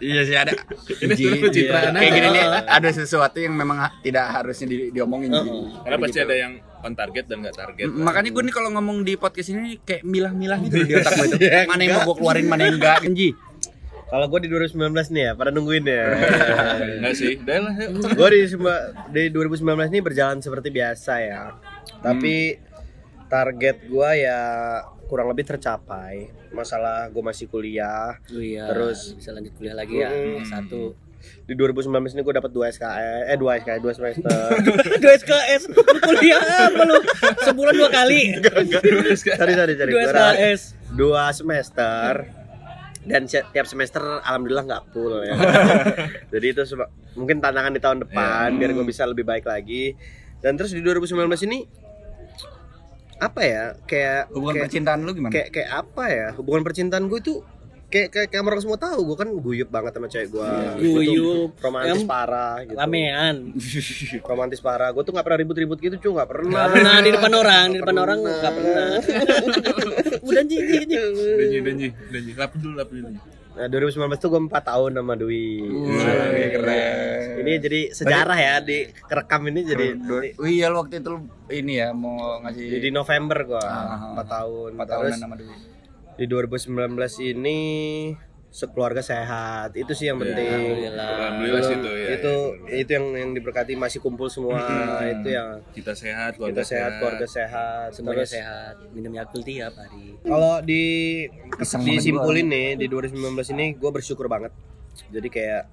Speaker 1: Iya sih ada.
Speaker 4: Ini
Speaker 1: Gitu,
Speaker 4: sebenarnya pencitraan
Speaker 1: Kayak
Speaker 4: aja.
Speaker 1: gini nih, ada sesuatu yang memang ha- tidak harusnya di- diomongin. Ji.
Speaker 4: karena pasti ada yang on target dan nggak target
Speaker 1: M- Makanya gue nih kalau ngomong di podcast ini kayak milah-milah gitu di otak gue itu.
Speaker 2: Iya,
Speaker 1: Mana yang mau gue keluarin, mana yang enggak. Ji.
Speaker 2: Kalau gue di 2019 nih ya, pada nungguin ya.
Speaker 4: Enggak sih, udah lah yuk.
Speaker 2: gue di, semba- di 2019 ini berjalan seperti biasa ya.
Speaker 3: Hmm.
Speaker 2: Tapi target gue ya kurang lebih tercapai. Masalah gue masih kuliah.
Speaker 3: Iya.
Speaker 2: Terus.
Speaker 3: bisa lanjut kuliah lagi ya.
Speaker 2: Mm.
Speaker 3: Satu.
Speaker 2: Di 2019 ini gue dapat 2 SKS, eh 2 SKS, 2 semester.
Speaker 3: Dua SKS. Lu kuliah apa lu? Sebulan dua kali.
Speaker 2: cari cari cari.
Speaker 3: Dua SKS.
Speaker 2: 2 semester. Dan se- tiap semester alhamdulillah nggak full ya. Jadi itu seba- mungkin tantangan di tahun depan biar gue bisa lebih baik lagi. Dan terus di 2019 ini apa ya kayak
Speaker 1: Hubungan
Speaker 2: kayak-
Speaker 1: percintaan lu gimana?
Speaker 2: kayak kayak apa ya hubungan percintaan gue tuh kayak kayak, kayak orang semua tahu gue kan guyup banget sama cewek gue
Speaker 3: Guyup.
Speaker 2: romantis
Speaker 3: Em,
Speaker 2: parah gitu
Speaker 3: Ramean.
Speaker 2: romantis parah gue tuh nggak pernah ribut-ribut gitu cuy nggak pernah
Speaker 3: Gak pernah di depan orang, di depan orang gak pernah. Udah anjing, anjing, anjing.
Speaker 4: Danji, danji, danji. Lapin dulu, lapin dulu.
Speaker 2: nah 2019 tuh gue 4 tahun sama Dwi Nah,
Speaker 1: Wih, keren.
Speaker 2: ini jadi sejarah ya di kerekam ini jadi di-
Speaker 1: Oh iya lu waktu itu lu ini ya mau ngasih
Speaker 2: jadi November gue
Speaker 1: Ah.
Speaker 2: 4 tahun
Speaker 1: 4
Speaker 2: Terus
Speaker 1: tahunan sama dulu.
Speaker 2: di 2019 ini sekeluarga sehat itu sih yang penting
Speaker 4: Alhamdulillah sih itu ya.
Speaker 2: itu itu yang yang diberkati masih kumpul semua itu yang
Speaker 4: Kita
Speaker 2: kita
Speaker 4: sehat, keluarga
Speaker 2: sehat keluarga sehat
Speaker 3: Semuanya
Speaker 2: Terus,
Speaker 3: sehat, minum Yakult tiap hari.
Speaker 2: kalau di
Speaker 1: Kesel banget
Speaker 2: disimpulin nih di 2019 ini gue bersyukur banget jadi kayak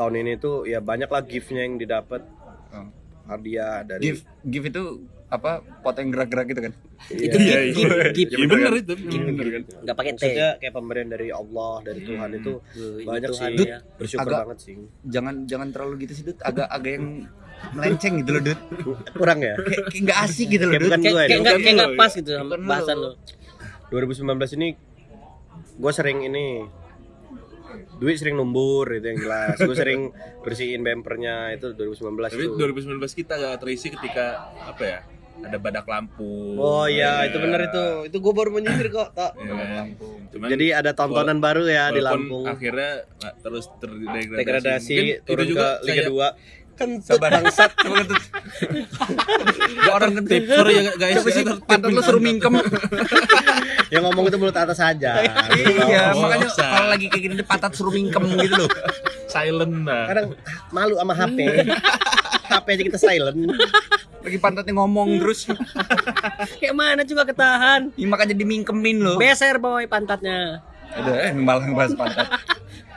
Speaker 2: tahun ini tuh ya banyak lah giftnya yang didapat
Speaker 1: Oh.
Speaker 2: hadiah dari
Speaker 1: Give give itu apa pot yang gerak-gerak gitu kan?
Speaker 2: Iya.
Speaker 4: Iya, iya.
Speaker 3: Gip,
Speaker 4: Ya bener itu. ya bener kan.
Speaker 3: Gak pakai teh.
Speaker 2: maksudnya kayak pemberian dari Allah dari Tuhan itu
Speaker 3: Hmm. Duh, ini
Speaker 2: banyak
Speaker 3: Tuhan
Speaker 2: sih
Speaker 3: ya.
Speaker 2: bersyukur
Speaker 1: Agak-
Speaker 2: banget sih
Speaker 1: Jangan jangan terlalu gitu sih Dut, agak agak yang melenceng gitu loh Dut.
Speaker 2: kurang ya
Speaker 1: Kayak kayak nggak asik gitu loh
Speaker 2: Kayak
Speaker 1: Dut.
Speaker 2: bukan ya,
Speaker 3: Kayak
Speaker 2: gue
Speaker 3: kayak
Speaker 2: ini.
Speaker 3: nggak- kayak nggak
Speaker 4: Bukan
Speaker 3: pas gitu sama
Speaker 1: Bukan lu.
Speaker 3: bahasan lo.
Speaker 2: 2019 ini gue sering ini duit sering numbur itu yang jelas gue sering bersihin bempernya itu 2019
Speaker 4: Tapi
Speaker 2: tuh.
Speaker 4: 2019 kita gak terisi ketika apa ya? Ada badak lampu.
Speaker 2: oh iya itu benar itu itu gue baru menyindir kok Tok.
Speaker 4: Iya kan? Cuman
Speaker 2: jadi ada tontonan baru ya di
Speaker 4: walaupun
Speaker 2: Lampung
Speaker 4: Akhirnya nggak terus terdegradasi. Mungkin
Speaker 2: degradasi
Speaker 4: itu
Speaker 2: turun ke
Speaker 4: juga kan
Speaker 2: Liga
Speaker 4: saya-
Speaker 2: 2 kentut bangsat
Speaker 1: orang kentut.
Speaker 4: Sorry ya guys.
Speaker 1: Siapa sih pantat lu suruh mingkem?
Speaker 2: yang ngomong itu mulut atas aja Gitu.
Speaker 1: iya,
Speaker 4: Oh,
Speaker 1: makanya
Speaker 4: offside.
Speaker 1: kalau lagi kayak gini pantat suruh mingkem gitu loh.
Speaker 4: Silent nah.
Speaker 2: kadang malu sama HP HP aja kita silent
Speaker 1: Lagi pantatnya ngomong terus.
Speaker 3: Kayak mana juga ketahan.
Speaker 1: Ya, makanya dimingkemin loh.
Speaker 3: Beser bawah pantatnya.
Speaker 1: Udah, eh, malah ngebahas pantat.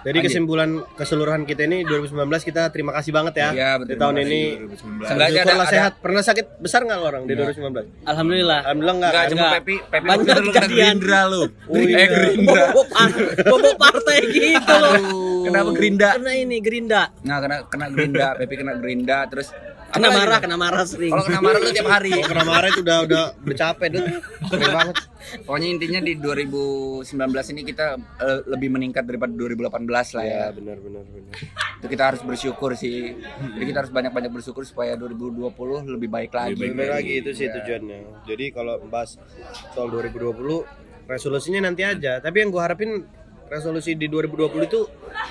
Speaker 2: Jadi
Speaker 1: Anjing.
Speaker 2: kesimpulan keseluruhan kita ini 2019 kita terima kasih banget ya.
Speaker 1: Iya, betul.
Speaker 2: di tahun ini
Speaker 4: 2019.
Speaker 1: Seenggaknya ada-
Speaker 2: Syukurlah
Speaker 1: ada-
Speaker 2: sehat. Pernah sakit besar nggak lo orang di 2019?
Speaker 3: Alhamdulillah.
Speaker 2: Alhamdulillah enggak.
Speaker 1: Enggak, cuma
Speaker 3: enggak.
Speaker 1: Pepi, Pepi
Speaker 3: Banyak
Speaker 1: waktu itu lu kena
Speaker 3: kejadian.
Speaker 1: Gerindra lu.
Speaker 2: Oh, iya.
Speaker 1: Eh Gerindra.
Speaker 3: Bobok par- bobok partai gitu loh.
Speaker 1: Kenapa Gerinda?
Speaker 3: Kena ini Gerinda.
Speaker 1: Nah, kena kena Gerinda, Pepi kena Gerinda terus
Speaker 3: Kena
Speaker 1: apa lagi?
Speaker 3: marah, kena marah sering.
Speaker 1: Kalau kena marah tuh tiap hari.
Speaker 2: Kalau kena marah itu udah udah bercapek deh. Capek banget.
Speaker 1: Pokoknya intinya di 2019 ini kita eh, lebih meningkat daripada 2018 lah ya.
Speaker 2: benar benar benar.
Speaker 1: Itu kita harus bersyukur sih. Jadi kita harus banyak-banyak bersyukur supaya 2020 lebih baik lagi.
Speaker 4: Lebih
Speaker 2: Benar lagi itu sih tujuannya. Jadi kalau membahas soal 2020 resolusinya nanti aja. Tapi yang gua harapin resolusi di 2020 itu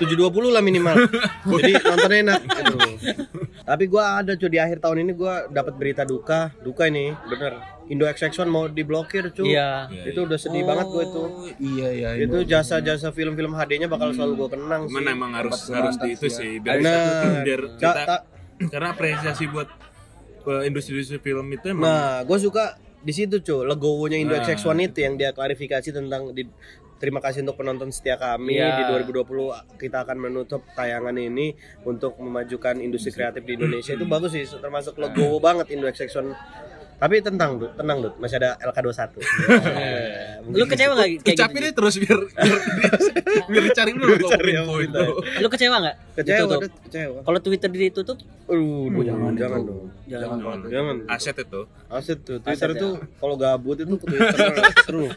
Speaker 2: 720 lah minimal. Jadi nonton enak. gitu. Tapi gua ada cuy di akhir tahun ini gua dapat berita duka, duka ini. Bener. Indo XX1 mau diblokir cuy.
Speaker 3: Iya.
Speaker 2: Itu udah sedih banget gua itu.
Speaker 1: Iya, iya. iya.
Speaker 2: Itu jasa-jasa film-film HD-nya bakal selalu gua kenang
Speaker 4: Cuman
Speaker 2: sih.
Speaker 4: emang harus
Speaker 1: Tempat
Speaker 4: harus di
Speaker 1: berantas,
Speaker 4: itu
Speaker 1: ya.
Speaker 4: sih biar
Speaker 2: Bener.
Speaker 4: biar
Speaker 2: Ta-
Speaker 4: kita
Speaker 2: ta-
Speaker 4: karena apresiasi buat eh, industri-industri film itu emang
Speaker 2: Nah, gue suka di situ cuy legowonya Indo XX1 itu yang dia klarifikasi tentang di, terima kasih untuk penonton setia kami di
Speaker 3: Iya.
Speaker 2: 2020 kita akan menutup tayangan ini untuk memajukan industri kreatif di Indonesia itu bagus sih termasuk legowo banget Indo XX1 tapi tentang Dut, tenang Dut, masih ada LK21. Eh,
Speaker 3: Lu
Speaker 2: mungkin-
Speaker 3: kecewa enggak kayak
Speaker 4: ucapin
Speaker 3: gitu?
Speaker 4: deh terus biar biar, biar dicari dulu
Speaker 2: Cari yang
Speaker 4: poin-poin
Speaker 2: bener.
Speaker 4: tuh.
Speaker 3: Ji? Lu kecewa enggak?
Speaker 2: Kecewa, Dut, kecewa.
Speaker 3: Kalau Twitter ditutup,
Speaker 2: Aduh, jangan, jangan dong.
Speaker 1: Jangan kalau itu.
Speaker 2: Jangan.
Speaker 4: aset itu
Speaker 2: Aset tuh, Twitter
Speaker 3: Aset ya.
Speaker 2: tuh kalau gabut itu Twitter seru.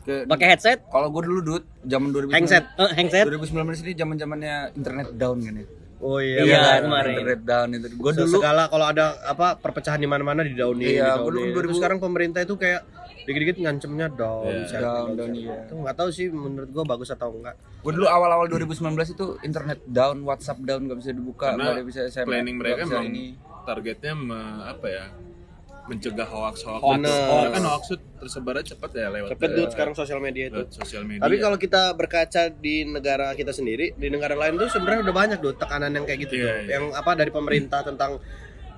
Speaker 1: Ke-
Speaker 3: pakai headset,
Speaker 1: Kalau gue dulu dud zaman 2019
Speaker 2: Handset.
Speaker 3: eh, handset.
Speaker 1: 2019 ini zaman-zamannya internet down kan ya.
Speaker 2: Oh iya.
Speaker 3: Iya,
Speaker 1: Zaman
Speaker 3: kemarin.
Speaker 1: Internet down itu. Gue
Speaker 2: Se-
Speaker 1: dulu
Speaker 2: segala kalau ada apa perpecahan di mana-mana di down
Speaker 1: Iya, gua dulu 2000
Speaker 2: sekarang pemerintah itu kayak dikit-dikit ngancemnya down, shutdown,
Speaker 1: down, down,
Speaker 2: shutdown.
Speaker 1: iya.
Speaker 2: Itu nggak tahu sih menurut gua bagus atau enggak.
Speaker 1: Gue dulu awal-awal 2019 itu internet down, WhatsApp down, gak bisa dibuka,
Speaker 4: Karena
Speaker 1: gak ada bisa SMS,
Speaker 4: planning
Speaker 1: nggak
Speaker 4: mereka
Speaker 1: bisa
Speaker 4: emang
Speaker 1: ini.
Speaker 4: targetnya me- apa ya mencegah hoax hoax
Speaker 2: Hoax.
Speaker 4: Karena kan hoax itu tersebarnya cepat ya lewat
Speaker 2: Cepet
Speaker 4: eh,
Speaker 2: dude sekarang sosial media itu.
Speaker 4: lewat sosial media
Speaker 1: Iya.
Speaker 2: Tapi kalau kita berkaca di negara kita sendiri, di negara lain tuh sebenarnya udah banyak tuh tekanan yang kayak gitu
Speaker 4: Iya,
Speaker 2: tuh.
Speaker 4: iya.
Speaker 2: Yang apa dari pemerintah tentang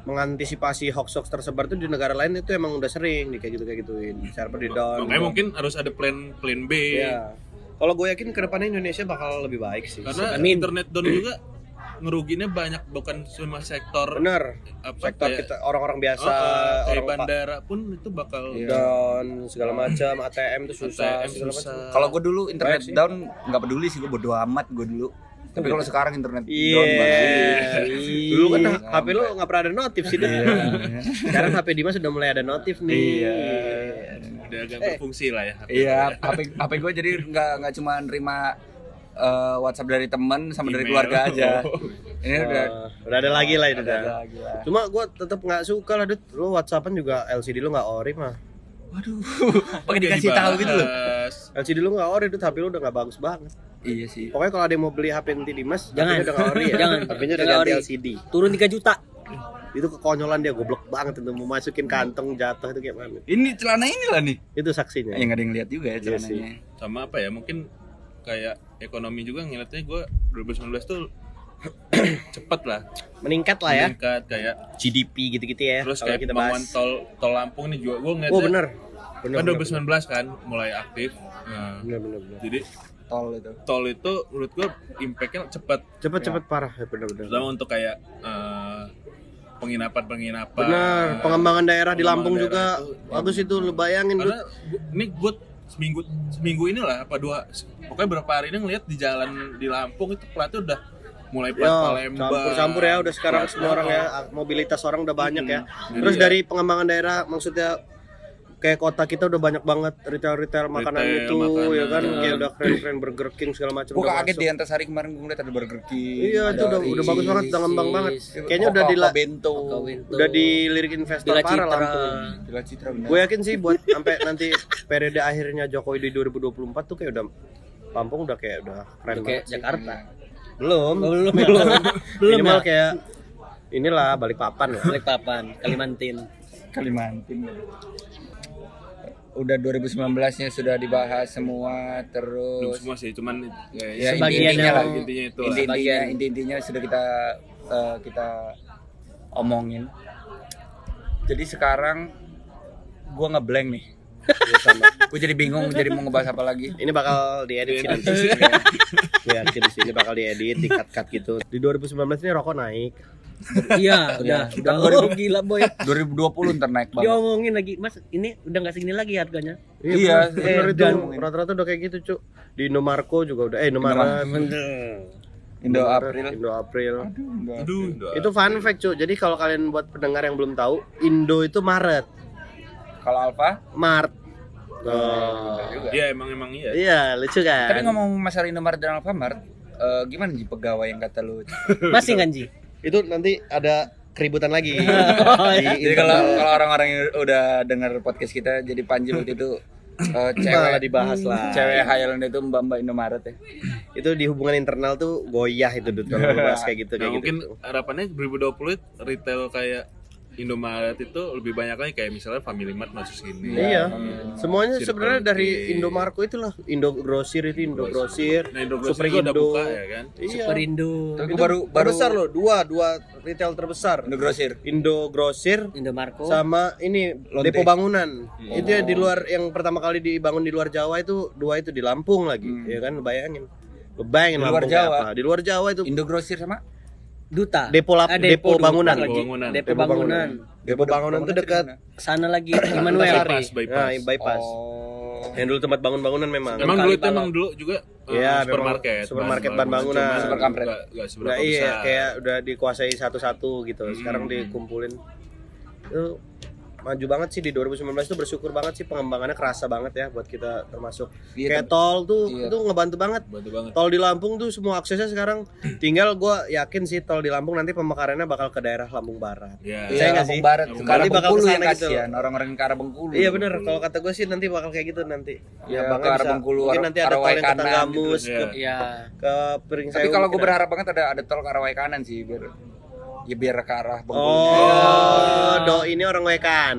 Speaker 2: mengantisipasi hoax-hoax tersebar tuh di negara lain itu emang udah sering di kayak gitu kayak gituin. Server di down.
Speaker 4: makanya mungkin harus ada plan plan B
Speaker 2: Iya. Kalau gue yakin kedepannya Indonesia bakal lebih baik sih.
Speaker 4: karena
Speaker 3: Amin.
Speaker 4: internet down juga ngeruginya banyak bukan cuma sektor
Speaker 2: Bener.
Speaker 4: apa
Speaker 2: sektor
Speaker 4: kayak-
Speaker 2: kita orang-orang
Speaker 4: Oh,
Speaker 2: biasa
Speaker 4: oh, kayak
Speaker 2: orang pa-
Speaker 4: bandara pun itu bakal
Speaker 2: Iya. down segala macam ATM itu susah
Speaker 4: ATM
Speaker 2: segala macam
Speaker 4: susah.
Speaker 1: Kalau gue dulu internet
Speaker 2: Banyak sih.
Speaker 1: down nggak peduli sih gue bodo amat gue dulu. Tapi kalau sekarang internet down banget.
Speaker 2: Iya. Dulu kan
Speaker 1: Iya.
Speaker 2: HP Iya. lu nggak pernah ada notif sih. Dut. Sekarang HP Dimas sudah mulai ada notif nih. Iya.
Speaker 4: udah agak berfungsi lah ya.
Speaker 1: Iya, HP HP gue jadi nggak nggak cuma nerima eh, WhatsApp dari teman sama dari
Speaker 4: Email.
Speaker 1: keluarga aja. Ini udah
Speaker 2: Nah, udah Oh. ada lagi lah itu
Speaker 1: udah
Speaker 2: dah.
Speaker 1: lagi lah.
Speaker 2: Cuma gua tetap nggak suka lah, Dut. Lu WhatsAppan juga LCD lu nggak ori mah.
Speaker 1: Waduh, pakai dikasih tahu gitu loh.
Speaker 4: Dibahas.
Speaker 2: LCD lu nggak ori, Dut. HP lu udah nggak bagus banget.
Speaker 1: Iya sih.
Speaker 2: Pokoknya kalau ada yang mau beli HP nanti Dimas,
Speaker 3: Jangan.
Speaker 2: HP-nya udah nggak ori ya.
Speaker 3: Jangan.
Speaker 2: HP-nya udah
Speaker 3: Nggak
Speaker 2: ganti
Speaker 3: ori.
Speaker 2: LCD.
Speaker 3: Turun 3 juta.
Speaker 2: Itu kekonyolan dia goblok banget itu mau masukin kantong jatuh itu kayak mana.
Speaker 1: Ini celana inilah nih.
Speaker 2: Itu saksinya.
Speaker 1: Ya
Speaker 4: Iya.
Speaker 1: nggak ada yang lihat juga ya
Speaker 2: Iya
Speaker 1: celananya.
Speaker 4: Sama apa ya? Mungkin kayak ekonomi juga ngeliatnya gue 2019 tuh cepet lah
Speaker 2: meningkat lah ya
Speaker 4: meningkat kayak
Speaker 2: GDP gitu-gitu ya
Speaker 4: terus
Speaker 2: kalau
Speaker 4: kayak
Speaker 2: kita
Speaker 4: pembangunan
Speaker 2: bahas
Speaker 4: tol tol Lampung nih juga gue ngeliatnya
Speaker 2: oh bener bener
Speaker 4: kan
Speaker 2: bener,
Speaker 4: 2019 kan mulai aktif Nah,
Speaker 2: bener, bener, bener.
Speaker 4: jadi
Speaker 1: Tol itu.
Speaker 4: tol itu menurut gue impactnya cepet
Speaker 2: cepet cepet parah ya, bener bener
Speaker 4: terutama untuk kayak eh, penginapan penginapan
Speaker 2: bener pengembangan daerah di
Speaker 4: Pengembangan
Speaker 2: Lampung juga
Speaker 4: daerah ya.
Speaker 2: bagus itu lu bayangin
Speaker 4: karena
Speaker 2: Dut.
Speaker 4: gua- ini gue seminggu seminggu inilah apa dua pokoknya berapa hari ini ngeliat di jalan di Lampung itu platnya udah mulai plat
Speaker 2: Ya,
Speaker 4: Palembang
Speaker 2: campur-campur ya udah sekarang
Speaker 4: plat-
Speaker 2: semua orang ya mobilitas orang udah banyak ya.
Speaker 4: Hmm,
Speaker 2: Terus
Speaker 4: jadi ya.
Speaker 2: dari pengembangan daerah maksudnya kayak kota kita udah banyak banget retail-retail makanan
Speaker 4: Retail,
Speaker 2: itu ya kan
Speaker 4: makanan.
Speaker 2: kayak udah keren-keren Burger King segala macam
Speaker 1: Gue
Speaker 2: udah
Speaker 1: kaget
Speaker 2: masuk.
Speaker 1: di Antasari kemarin gue ngeliat ada Burger King.
Speaker 2: Iya, itu
Speaker 1: ada
Speaker 2: udah udah
Speaker 1: Ricis,
Speaker 2: bagus banget, udah ngembang banget. Kayaknya udah
Speaker 1: Oka-
Speaker 2: di
Speaker 1: Oka bento.
Speaker 2: udah dilirik investor
Speaker 3: Bila
Speaker 2: parah
Speaker 3: Citra.
Speaker 2: Lampung.
Speaker 1: Gila Citra bener.
Speaker 2: Gue yakin sih buat sampai nanti periode akhirnya Jokowi di 2024 tuh kayak udah Lampung udah kayak udah keren
Speaker 3: Kayak
Speaker 2: banget. sih.
Speaker 3: Jakarta.
Speaker 2: Belum.
Speaker 3: Belum belum. belum
Speaker 2: Minimal
Speaker 3: ya.
Speaker 2: kayak inilah balik papan lah.
Speaker 3: Balikpapan, Kalimantan.
Speaker 1: Kalimantan. Udah 2019-nya sudah dibahas semua
Speaker 4: belum
Speaker 1: terus
Speaker 4: semua sih cuman ya,
Speaker 1: ya
Speaker 3: Sebagian
Speaker 1: intinya
Speaker 3: yang-
Speaker 1: lah
Speaker 4: intinya itu lah.
Speaker 1: intinya
Speaker 3: Sebagian.
Speaker 1: intinya sudah kita eh, kita omongin jadi sekarang gua ngeblank nih gue jadi bingung jadi mau ngebahas apa lagi
Speaker 2: Ini bakal diedit sih nanti. Biar sih di sini bakal diedit, dikat-kat gitu. Di 2019 ini rokok naik.
Speaker 3: Iya, udah, udah. Oh, gila boy.
Speaker 1: 2020 ntar naik
Speaker 3: Dia
Speaker 1: banget
Speaker 3: ngomongin lagi, Mas, ini udah nggak segini lagi harganya.
Speaker 1: Iya, eh,
Speaker 2: bener itu.
Speaker 1: dan-
Speaker 2: Rata-rata udah kayak gitu, Cuk. Di Indomarko juga udah eh Indomaret.
Speaker 1: Indo April
Speaker 2: Indo April.
Speaker 1: Aduh, enggak.
Speaker 4: Aduh, udah.
Speaker 2: Itu fun fact, Cuk. Jadi kalau kalian buat pendengar yang belum tahu, Indo itu Maret.
Speaker 1: kalau Alfa
Speaker 2: Mart. Oh.
Speaker 4: Iya emang emang iya.
Speaker 2: Iya, lucu kan?
Speaker 1: tapi ngomong masalah Indomaret dan Alfamart eh, gimana sih pegawai yang kata lu
Speaker 3: Masih kan, Ji?
Speaker 2: itu nanti ada keributan lagi. Oh, iya.
Speaker 1: jadi kalau kalau orang-orang yang udah dengar podcast kita jadi Panji waktu itu eh,
Speaker 2: Malah
Speaker 1: cewek
Speaker 2: dibahas lah.
Speaker 1: cewek Highland itu mbak mbak Indomaret ya
Speaker 2: Itu di hubungan internal tuh goyah itu Dut kalau bahas kayak gitu
Speaker 4: Nah,
Speaker 2: kayak gitu.
Speaker 4: mungkin harapannya 2020 retail kayak Indomaret itu lebih banyak lagi kayak misalnya Family Mart masuk sini.
Speaker 2: Iya. Semuanya
Speaker 4: Circle
Speaker 2: sebenarnya dari
Speaker 4: K.
Speaker 2: Indomarko itulah, Indo Grosir itu Indo Grosir,
Speaker 4: Nah, Indo
Speaker 2: Super
Speaker 4: itu udah
Speaker 2: Indo.
Speaker 4: buka ya kan.
Speaker 2: Iya.
Speaker 3: Superindo,
Speaker 1: tapi gue
Speaker 2: Itu
Speaker 1: baru baru
Speaker 2: terbesar loh, dua dua retail terbesar.
Speaker 1: Indo Grosir
Speaker 2: Indo Grosir
Speaker 3: Indomarko.
Speaker 2: sama ini
Speaker 1: Lonte.
Speaker 2: depo bangunan.
Speaker 4: Hmm.
Speaker 2: Itu ya di luar yang pertama kali dibangun di luar Jawa itu dua itu di Lampung lagi,
Speaker 4: Hmm.
Speaker 2: ya kan bayangin. Lu Bayangin
Speaker 1: Di luar
Speaker 2: Lampung kayak
Speaker 1: Jawa.
Speaker 2: apa. Di luar Jawa itu
Speaker 1: Indo Grosir sama
Speaker 3: Duta.
Speaker 2: Depo lap-
Speaker 3: Ah,
Speaker 2: depo bangunan.
Speaker 3: Duta lagi.
Speaker 4: Depo bangunan.
Speaker 3: Depo bangunan.
Speaker 2: Depo bangunan tuh dekat
Speaker 3: Sana lagi Immanuel.
Speaker 4: Bypass,
Speaker 2: Nah,
Speaker 4: bypass.
Speaker 2: bypass.
Speaker 1: oh
Speaker 2: Yang dulu tempat bangun-bangunan memang. Nah,
Speaker 4: Emang dulu itu
Speaker 3: Kalipalong.
Speaker 4: emang dulu juga eh,
Speaker 2: Iya, memang
Speaker 4: supermarket,
Speaker 2: supermarket
Speaker 4: bahan-
Speaker 2: bahan bangunan.
Speaker 4: cuman
Speaker 1: Super kampret.
Speaker 4: nggak- nggak seberapa
Speaker 2: Nah, iya
Speaker 4: besar. Hmm.
Speaker 2: kayak udah dikuasai satu-satu gitu. Sekarang dikumpulin. Itu maju banget sih di 2019 tuh bersyukur banget sih pengembangannya kerasa banget ya buat kita termasuk
Speaker 1: Iya,
Speaker 2: kayak tol tuh
Speaker 1: iya.
Speaker 2: itu ngebantu banget
Speaker 4: Bantu banget.
Speaker 2: tol di Lampung tuh semua aksesnya sekarang
Speaker 1: Hmm.
Speaker 2: tinggal gua yakin sih tol di Lampung nanti pemekarannya bakal ke daerah Lampung Barat Saya
Speaker 4: Iya.
Speaker 1: Iya,
Speaker 2: nggak
Speaker 1: Lampung
Speaker 2: sih?
Speaker 1: Barat.
Speaker 4: Lampung
Speaker 1: Ke arah
Speaker 2: Barat.
Speaker 1: Bengkulu yang
Speaker 2: Bakal kesana gitu.
Speaker 1: kasihan orang-orang ke arah Bengkulu.
Speaker 2: Iya bener, kalau kata gue sih nanti bakal kayak gitu nanti
Speaker 1: Hmm. Ya, ke
Speaker 2: Abangnya
Speaker 1: arah
Speaker 2: bisa-
Speaker 1: Bengkulu,
Speaker 2: Mungkin
Speaker 1: arah-
Speaker 2: nanti ada
Speaker 1: arah
Speaker 2: tol yang ke
Speaker 1: Waikanan ya.
Speaker 2: Tanggamus,
Speaker 4: gitu.
Speaker 2: ke,
Speaker 3: Iya.
Speaker 2: ke Piring
Speaker 1: Tapi kalau
Speaker 2: Sewu
Speaker 1: gue
Speaker 2: mungkin ada.
Speaker 1: berharap banget ada ada tol ke arah Wai kanan sih biar ya biar ke arah Bengkulu.
Speaker 2: Oh,
Speaker 1: Ya.
Speaker 2: do ini orang Waikanan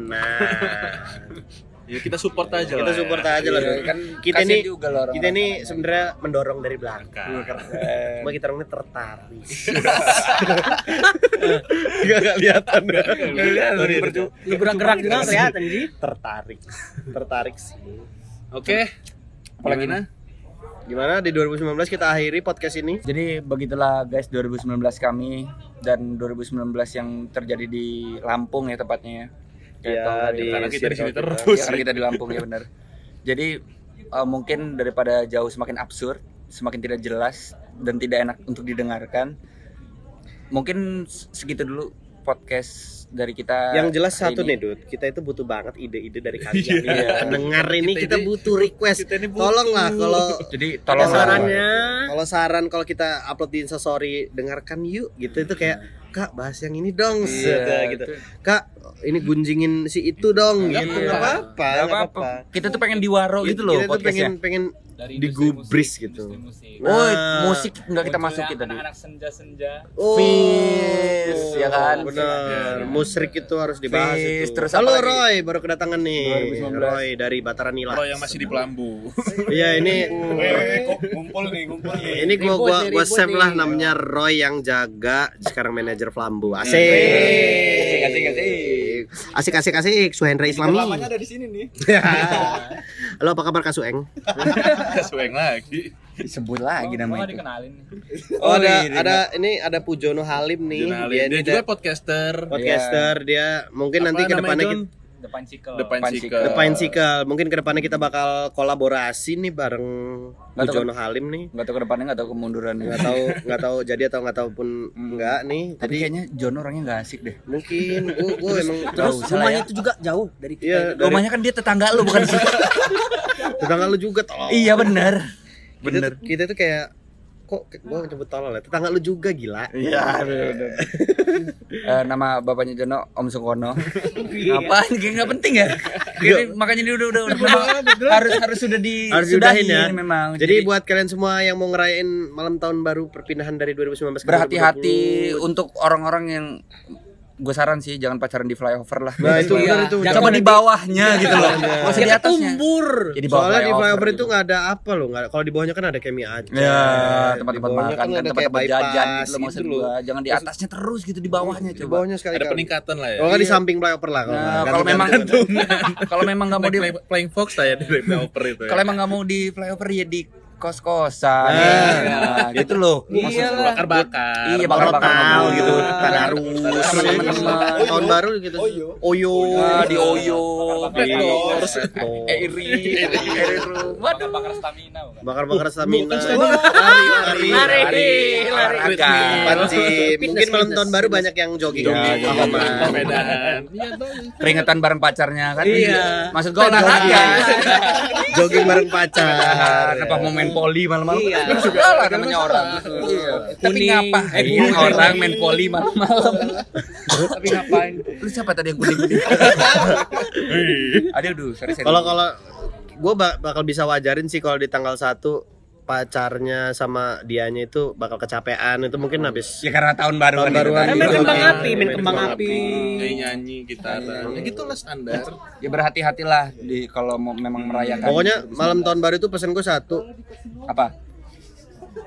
Speaker 4: Ya kita support aja
Speaker 2: Kita
Speaker 4: lah.
Speaker 2: support aja lah
Speaker 1: Iya,
Speaker 2: Dut.
Speaker 1: kan
Speaker 2: Kita
Speaker 1: kasihan
Speaker 2: ini,
Speaker 1: juga loh orang-orang
Speaker 2: kita ini
Speaker 1: kanan.
Speaker 2: sebenarnya mendorong dari belakang
Speaker 1: Iya,
Speaker 4: Kan.
Speaker 2: Cuma kita orangnya tertarik Gak kelihatan
Speaker 4: Iya,
Speaker 2: Sorry, Dut.
Speaker 3: Lu gerak-gerak juga nggak kelihatan, Ji.
Speaker 2: Tertarik Tertarik sih
Speaker 4: Oke.
Speaker 1: Apalagi
Speaker 4: Gimana?
Speaker 2: Gimana di 2019 kita akhiri podcast ini
Speaker 1: Jadi begitulah guys 2019 kami dan 2019 yang terjadi di Lampung ya tepatnya ya. Kayak
Speaker 2: Ya,
Speaker 1: tol dari-
Speaker 2: di
Speaker 4: Karena kita di sini
Speaker 2: circle
Speaker 4: terus.
Speaker 1: Ya, karena kita di Lampung ya benar. Jadi eh, mungkin daripada jauh semakin absurd, semakin tidak jelas dan tidak enak untuk didengarkan. Mungkin s- segitu dulu podcast dari kita.
Speaker 2: Yang jelas
Speaker 1: hari
Speaker 2: satu
Speaker 1: ini.
Speaker 2: nih, Dut. Kita itu butuh banget ide-ide dari kalian.
Speaker 1: Iya.
Speaker 2: Pendengar ini kita, butuh request. Tolonglah kalau
Speaker 1: Jadi
Speaker 2: kalau
Speaker 1: tolong
Speaker 2: sarannya, kalau saran kalau kita upload di Instastory, dengarkan yuk gitu itu kayak Kak bahas yang ini dong
Speaker 1: Iya,
Speaker 2: gitu.
Speaker 1: itu.
Speaker 2: Kak ini gunjingin si itu dong
Speaker 1: Iya. Nggak
Speaker 2: gitu
Speaker 1: apa-apa.
Speaker 2: nggak apa-apa
Speaker 1: Gak
Speaker 2: nggak
Speaker 1: apa-apa. Kita tuh pengen diwaro gitu loh
Speaker 2: Kita tuh pengen
Speaker 1: podcastnya.
Speaker 2: pengen
Speaker 5: Dari
Speaker 2: Digubris
Speaker 5: industri musik,
Speaker 2: gitu.
Speaker 5: industri musik.
Speaker 2: Nah,
Speaker 1: Oh, musik nggak kita
Speaker 5: Munculnya
Speaker 1: masukin tadi.
Speaker 5: Anak-anak senja-senja.
Speaker 2: Oh,
Speaker 1: Fizz, ya kan?
Speaker 2: Benar. Musrik itu harus dibahas
Speaker 1: Fizz,
Speaker 2: itu.
Speaker 1: terus
Speaker 2: Halo
Speaker 1: apa lagi?
Speaker 2: Roy, baru kedatangan nih.
Speaker 1: 2019.
Speaker 2: Roy dari Batara Nila.
Speaker 4: Kalau yang masih di Pelambu.
Speaker 2: Iya, ini
Speaker 5: Kumpul nih, kumpul nih.
Speaker 2: Ini gua
Speaker 3: Ribut
Speaker 2: gua
Speaker 3: nih,
Speaker 2: gua
Speaker 3: ribut
Speaker 2: save
Speaker 3: nih.
Speaker 2: lah namanya Roy yang jaga sekarang manajer Flambu. Asik.
Speaker 1: Asik, asik, asik.
Speaker 2: Asik asik asik Suhendra Islami.
Speaker 5: Lamanya ada di sini nih.
Speaker 2: Halo apa kabar Kak Sueng?
Speaker 4: Sweng lagi.
Speaker 1: Disebut lagi
Speaker 5: Gua
Speaker 1: namanya. itu.
Speaker 5: dikenalin nih.
Speaker 2: Oh, ada
Speaker 1: iya,
Speaker 2: ada ini ada Pujono Halim nih.
Speaker 4: Jurnalin.
Speaker 2: Dia,
Speaker 4: Dia
Speaker 2: ini
Speaker 4: juga
Speaker 2: da-
Speaker 4: podcaster.
Speaker 2: podcaster dia mungkin nanti
Speaker 4: Apa
Speaker 2: ke
Speaker 4: namanya,
Speaker 2: depannya
Speaker 4: John?
Speaker 2: kita
Speaker 5: Depan cikel.
Speaker 4: Depan
Speaker 1: Depan
Speaker 4: Sika.
Speaker 1: Sika.
Speaker 2: The Pine Sickle. mungkin ke depannya kita bakal kolaborasi nih bareng
Speaker 1: Nggak tahu.
Speaker 2: Pujono Halim nih.
Speaker 1: Nggak tahu ke depannya nggak tahu kemundurannya.
Speaker 2: Nggak tahu nggak tahu jadi atau nggak tahu pun nggak nih.
Speaker 1: Iya. Hmm. Tapi kayaknya Jono orangnya nggak asik deh.
Speaker 2: Mungkin gua, gua emang
Speaker 3: Terus
Speaker 1: Jauh, salah
Speaker 3: rumahnya
Speaker 1: ya.
Speaker 3: itu juga jauh dari kita. ya.
Speaker 2: Iya, dari-
Speaker 1: Rumahnya kan dia tetangga lu bukan sih.
Speaker 2: tetangga lu juga tolong.
Speaker 1: iya benar.
Speaker 2: Kita, tuh- kita tuh kayak kok gua nyebut tolol ya. Tetangga lu juga gila.
Speaker 1: Iya benar. Eh, nama bapaknya Jono Om Sungkono. Apaan kayak nggak penting ya? Jadi, makanya dia udah udah, udah harus harus sudah di
Speaker 2: Harus
Speaker 1: sudahin
Speaker 2: diudahin ya.
Speaker 1: ini memang.
Speaker 2: Jadi, buat kalian semua yang mau ngerayain malam tahun baru perpindahan dari 2019 ke
Speaker 1: berhati-hati untuk orang-orang yang gue saran sih jangan pacaran di flyover lah. Gitu ya.
Speaker 2: Nah, itu
Speaker 1: Coba-
Speaker 2: benar itu.
Speaker 3: Jangan
Speaker 1: Coba
Speaker 3: nanti-
Speaker 1: di bawahnya gitu loh. Gak usah di
Speaker 3: Kita
Speaker 1: atasnya.
Speaker 3: tumbur.
Speaker 1: Ya, di bawah
Speaker 2: Soalnya di flyover itu
Speaker 1: gitu.
Speaker 2: nggak ada apa loh, nggak ada- kalau di bawahnya kan ada kemi aja.
Speaker 1: Ya,
Speaker 2: Di
Speaker 1: tempat-tempat
Speaker 2: bawahnya
Speaker 1: makan kan
Speaker 2: ada
Speaker 1: tempat-tempat
Speaker 2: kayak
Speaker 1: jajan
Speaker 2: bypass
Speaker 1: gitu loh maksud
Speaker 2: gitu
Speaker 1: gua. Jangan di atasnya terus gitu di bawahnya
Speaker 2: Di
Speaker 1: coba. Iya.
Speaker 2: bawahnya sekali
Speaker 4: Ada peningkatan lah ya.
Speaker 2: Oh, kan di samping flyover lah kalau gitu.
Speaker 1: Nah,
Speaker 2: nggak.
Speaker 1: kalau memang
Speaker 2: Gantung.
Speaker 1: kalau memang nggak mau
Speaker 4: Naik
Speaker 1: di
Speaker 4: play- playing fox saya di flyover itu. ya.
Speaker 1: kalau emang nggak mau di flyover ya di kos-kosan. Nah, gitu loh. Maksud gua.
Speaker 4: bakar-bakar.
Speaker 1: Iya,
Speaker 2: Bakar
Speaker 1: bakar-bakar.
Speaker 2: tahu gitu,
Speaker 3: Ah.
Speaker 2: tadarus.
Speaker 1: Sama teman-teman.
Speaker 2: Tahun baru gitu.
Speaker 5: Oyo.
Speaker 2: Oyo.
Speaker 1: Ah, di Oyo,
Speaker 5: Bakar-bakar.
Speaker 1: terus Eri, Eri
Speaker 5: Waduh.
Speaker 1: Room. Waduh.
Speaker 5: Bakar stamina bukan?
Speaker 2: Bakar-bakar
Speaker 3: Nah,
Speaker 2: stamina.
Speaker 1: Lari,
Speaker 2: Lari.
Speaker 1: lari,
Speaker 4: Olahraga.
Speaker 2: Panci. Mungkin malam
Speaker 3: Fitness, fitness,
Speaker 2: tahun baru
Speaker 3: fitness.
Speaker 2: banyak yang jogging.
Speaker 4: Iya,
Speaker 2: Jogging. Sama.
Speaker 4: Sepedaan.
Speaker 1: Keringetan bareng pacarnya kan?
Speaker 3: Iya.
Speaker 1: Maksud gua olahraga.
Speaker 2: Jogging bareng pacar.
Speaker 1: Kenapa mau main poli malam-malam?
Speaker 3: Iya.
Speaker 1: Kan Sudah lah namanya orang. Iya. Tapi Iya.
Speaker 3: Kuning.
Speaker 1: ngapain
Speaker 3: Eh, kuning.
Speaker 1: orang main poli malam-malam? Tapi ngapain? Lu siapa tadi yang kuning-kuning? Aduh, aduh, sorry, sorry.
Speaker 2: Kalau
Speaker 3: gitu.
Speaker 2: kalau gue bakal bisa wajarin sih kalau di tanggal 1 pacarnya sama dianya itu bakal kecapean itu mungkin habis
Speaker 3: Iya.
Speaker 1: ya karena tahun baru
Speaker 2: Tahun baruan.
Speaker 3: Kan main
Speaker 1: Iya.
Speaker 3: kembang api, main kembang api.
Speaker 4: Iya, Nyanyi gitaran. Ya gitulah standar.
Speaker 1: Ya berhati-hatilah di kalau mau memang merayakan.
Speaker 2: pokoknya malam tahun baru itu pesen gue satu
Speaker 1: apa?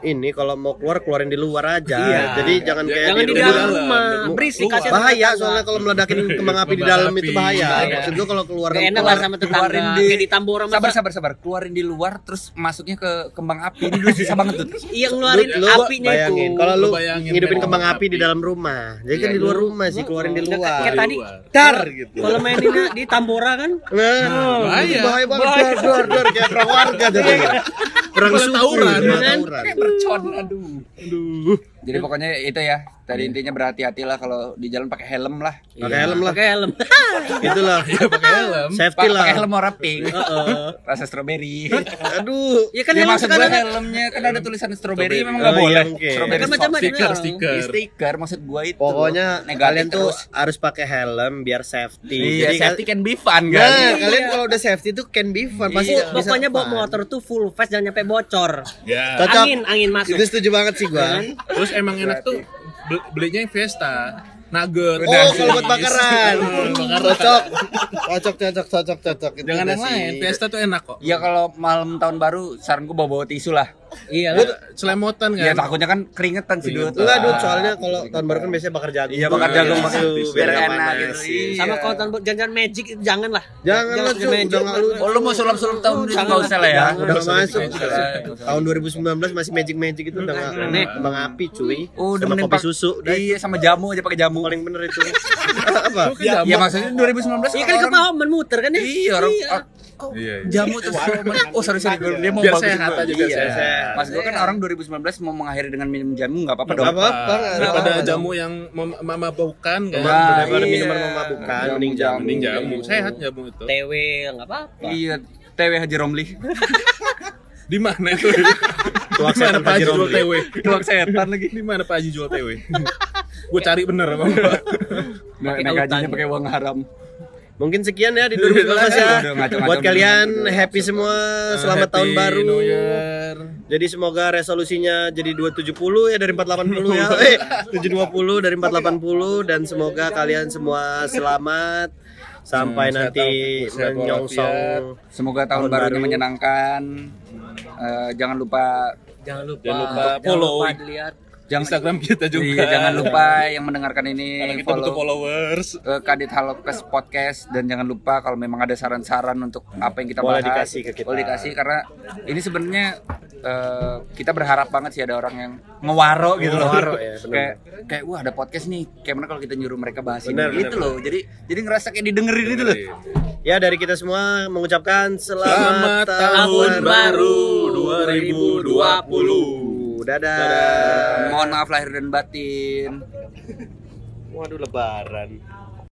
Speaker 2: ini kalau mau keluar keluarin di luar aja
Speaker 3: Iya.
Speaker 2: jadi jangan kayak
Speaker 3: Jangan di
Speaker 2: rumah.
Speaker 3: dalam rumah. Berisik
Speaker 2: Keluar.
Speaker 3: kasihan
Speaker 2: bahaya
Speaker 3: tetangga.
Speaker 2: soalnya kalau meledakin kembang api di
Speaker 4: Iya. Kembang
Speaker 2: dalam itu
Speaker 4: api.
Speaker 2: bahaya
Speaker 3: Bahaya.
Speaker 2: maksud gue kalau keluar
Speaker 3: Nggak enak lah sama tetangga.
Speaker 1: keluarin di-
Speaker 3: Kayak di Tambora
Speaker 1: Sabar
Speaker 3: masa.
Speaker 1: sabar sabar, keluarin di luar terus masuknya ke kembang api. Ini dulu susah banget tuh.
Speaker 3: Iya ngeluarin
Speaker 2: Lu- lu
Speaker 3: apinya
Speaker 2: bayangin,
Speaker 3: itu.
Speaker 2: Kalau lu
Speaker 4: Lu bayangin
Speaker 2: ngidupin
Speaker 4: kembang
Speaker 2: kembang api
Speaker 4: api.
Speaker 2: di dalam rumah, jadi kan
Speaker 4: Iya,
Speaker 2: di luar rumah sih keluarin di
Speaker 3: Nggak,
Speaker 2: luar.
Speaker 3: Kayak
Speaker 4: Di
Speaker 3: tadi
Speaker 4: luar.
Speaker 2: Dar gitu.
Speaker 3: kalau maininnya di Tambora kan
Speaker 2: Nah,
Speaker 4: bahaya.
Speaker 2: bahaya. bahaya banget. Dar, dar, dar. Kayak perang warga jadi. Perang
Speaker 4: Perang
Speaker 2: suku. gitu kan.
Speaker 4: tawuran.
Speaker 2: perang tawuran.
Speaker 1: Bercon aduh. Jadi pokoknya itu ya. Tadi intinya berhati-hatilah kalau di jalan pakai helm lah.
Speaker 2: Pakai helm lah.
Speaker 3: pakai helm.
Speaker 2: Itulah.
Speaker 4: Pakai helm.
Speaker 2: Safety
Speaker 1: Pa-
Speaker 2: lah.
Speaker 1: pakai helm warna pink. Rasa stroberi.
Speaker 2: Aduh.
Speaker 3: Ya
Speaker 1: Kan
Speaker 3: kan helm
Speaker 1: maksud gue
Speaker 3: sekarang kan
Speaker 1: helmnya kan ada tulisan stroberi memang
Speaker 2: Oh,
Speaker 1: nggak
Speaker 2: iya,
Speaker 1: boleh.
Speaker 2: oke.
Speaker 1: Strawberry
Speaker 3: Kan macam-macam
Speaker 1: sausage.
Speaker 4: Stiker,
Speaker 3: Bener.
Speaker 4: stiker.
Speaker 2: Iya.
Speaker 1: stiker maksud gue itu.
Speaker 2: Pokoknya
Speaker 1: Negatif
Speaker 2: kalian tuh
Speaker 1: terus.
Speaker 2: harus pakai helm biar safety.
Speaker 1: Iya,
Speaker 2: Jadi
Speaker 1: safety
Speaker 2: kal-
Speaker 1: can be fun
Speaker 2: Nah,
Speaker 1: kan.
Speaker 2: kalian kalau udah safety tuh can be fun. Pasti bisa
Speaker 3: Pokok- Iya, pokoknya bawa
Speaker 2: fun.
Speaker 3: motor tuh full fast jangan nyampe bocor.
Speaker 4: Ya.
Speaker 2: Cocok. Gitu.
Speaker 3: Angin, angin masuk.
Speaker 2: Itu setuju banget sih gua.
Speaker 4: Terus emang enak tuh bel- belinya yang Fiesta, Nugget. Oh,
Speaker 2: Oh, kalau buat bakaran. Hmm. Cocok. Cocok, cocok, cocok, cocok. Itu
Speaker 4: Jangan
Speaker 2: udah
Speaker 4: yang lain,
Speaker 2: sih.
Speaker 4: Fiesta tuh enak kok.
Speaker 1: Ya kalau malam tahun baru saran gue bawa-bawa tisu lah.
Speaker 3: Iya.
Speaker 4: Ya, Selemotan kan.
Speaker 1: Ya takutnya kan keringetan sih Dut.
Speaker 2: Enggak, Dut, soalnya kalau tahun baru kan biasanya bakar jagung.
Speaker 1: Iya bakar jagung maksud
Speaker 2: Tuh,
Speaker 1: biar
Speaker 2: nggak
Speaker 1: enak
Speaker 2: panas.
Speaker 1: gitu. Iya.
Speaker 3: Sama kalau tahun jangan magic itu jangan lah.
Speaker 2: Jangan lah, Cuk. Udah nggak lu-
Speaker 1: Oh lu mau sulap-sulap tahun itu
Speaker 3: Jangan
Speaker 1: nggak
Speaker 3: lah,
Speaker 1: usah lah
Speaker 4: Eh,
Speaker 1: ya.
Speaker 2: Udah nggak masuk.
Speaker 1: usah.
Speaker 2: Tahun 2019 masih magic-magic itu udah nggak
Speaker 3: Aneh.
Speaker 4: Hmm.
Speaker 2: Bang api, cuy.
Speaker 1: Oh, udah
Speaker 2: Sama
Speaker 1: mending
Speaker 2: kopi
Speaker 1: pak-
Speaker 2: susu. Udah,
Speaker 1: Iya sama jamu aja pakai jamu.
Speaker 2: paling bener itu. Apa?
Speaker 4: kan
Speaker 1: Iya maksudnya 2019.
Speaker 3: Iya kan
Speaker 1: orang-
Speaker 3: kepahaman muter kan ya?
Speaker 1: Iya orang ah, kok
Speaker 4: Iya, iya.
Speaker 1: jamu terus oh sorry sorry gue- dia mau
Speaker 4: Biar
Speaker 1: bagusin
Speaker 4: sehat
Speaker 1: gue.
Speaker 4: aja, biar
Speaker 1: Iya.
Speaker 2: sehat.
Speaker 1: Mas gue kan orang 2019 mau mengakhiri dengan minum jamu nggak apa-apa dong.
Speaker 2: Nggak apa-apa.
Speaker 4: Ah, daripada jamu yang mem- mem- mabaukan kan.
Speaker 1: Wah,
Speaker 2: Daripada
Speaker 1: iya.
Speaker 2: minuman memabukkan,
Speaker 1: Jamu,
Speaker 2: mending jamu.
Speaker 4: Mending jamu, sehat jamu itu.
Speaker 3: TW enggak apa-apa.
Speaker 1: Iya TW Haji Romli.
Speaker 4: Di mana itu?
Speaker 2: Tuak
Speaker 4: Di mana
Speaker 2: setan
Speaker 4: Pak Haji
Speaker 2: Haji
Speaker 4: jual
Speaker 2: Romli.
Speaker 4: TW?
Speaker 1: Tuang setan lagi.
Speaker 4: Di mana Pak Haji jual TW? Gue cari bener Bang.
Speaker 1: Nah,
Speaker 3: Pakai
Speaker 1: naik gajinya
Speaker 3: autan.
Speaker 1: pakai uang haram.
Speaker 2: Mungkin sekian ya di 2019 ya.
Speaker 1: Udah ngaco-ngaco.
Speaker 2: Buat kalian happy semua, selamat
Speaker 4: Ah,
Speaker 2: tahun
Speaker 4: Happy
Speaker 2: baru.
Speaker 4: New Year.
Speaker 2: Jadi semoga resolusinya jadi 270 ya dari 480 ya. Eh, 720 dari 480 dan semoga kalian semua selamat sampai
Speaker 4: Hmm,
Speaker 2: nanti
Speaker 4: sehat walafiat.
Speaker 2: menyongsong.
Speaker 1: Semoga tahun
Speaker 2: Tahun
Speaker 1: barunya
Speaker 2: baru.
Speaker 1: menyenangkan. Eh, jangan lupa
Speaker 3: Jangan lupa.
Speaker 4: Jangan lupa
Speaker 3: Jangan
Speaker 4: follow.
Speaker 3: lupa dilihat.
Speaker 1: jangan
Speaker 4: Instagram kita juga.
Speaker 1: Iya, jangan lupa yang mendengarkan ini
Speaker 4: Karena kita butuh
Speaker 1: follow
Speaker 4: followers.
Speaker 1: eh, Kadit Halokes Podcast dan jangan lupa kalau memang ada saran-saran untuk apa yang kita
Speaker 2: Boleh
Speaker 1: bahas
Speaker 2: dikasih ke kita.
Speaker 1: boleh dikasih karena ini sebenarnya eh, kita berharap banget sih ada orang yang ngewaro gitu loh
Speaker 2: Ngewaro, ya, bener.
Speaker 1: kayak kayak wah ada podcast nih kayak mana kalau kita nyuruh mereka bahas ini
Speaker 2: Bener, bener,
Speaker 1: gitu loh jadi jadi ngerasa kayak didengerin itu loh
Speaker 2: Ya dari kita semua mengucapkan
Speaker 4: Selamat
Speaker 2: selamat,
Speaker 4: tahun baru
Speaker 2: 2020.
Speaker 4: 2020.
Speaker 2: Dadah.
Speaker 1: Eh, mohon maaf lahir dan batin
Speaker 2: Waduh lebaran.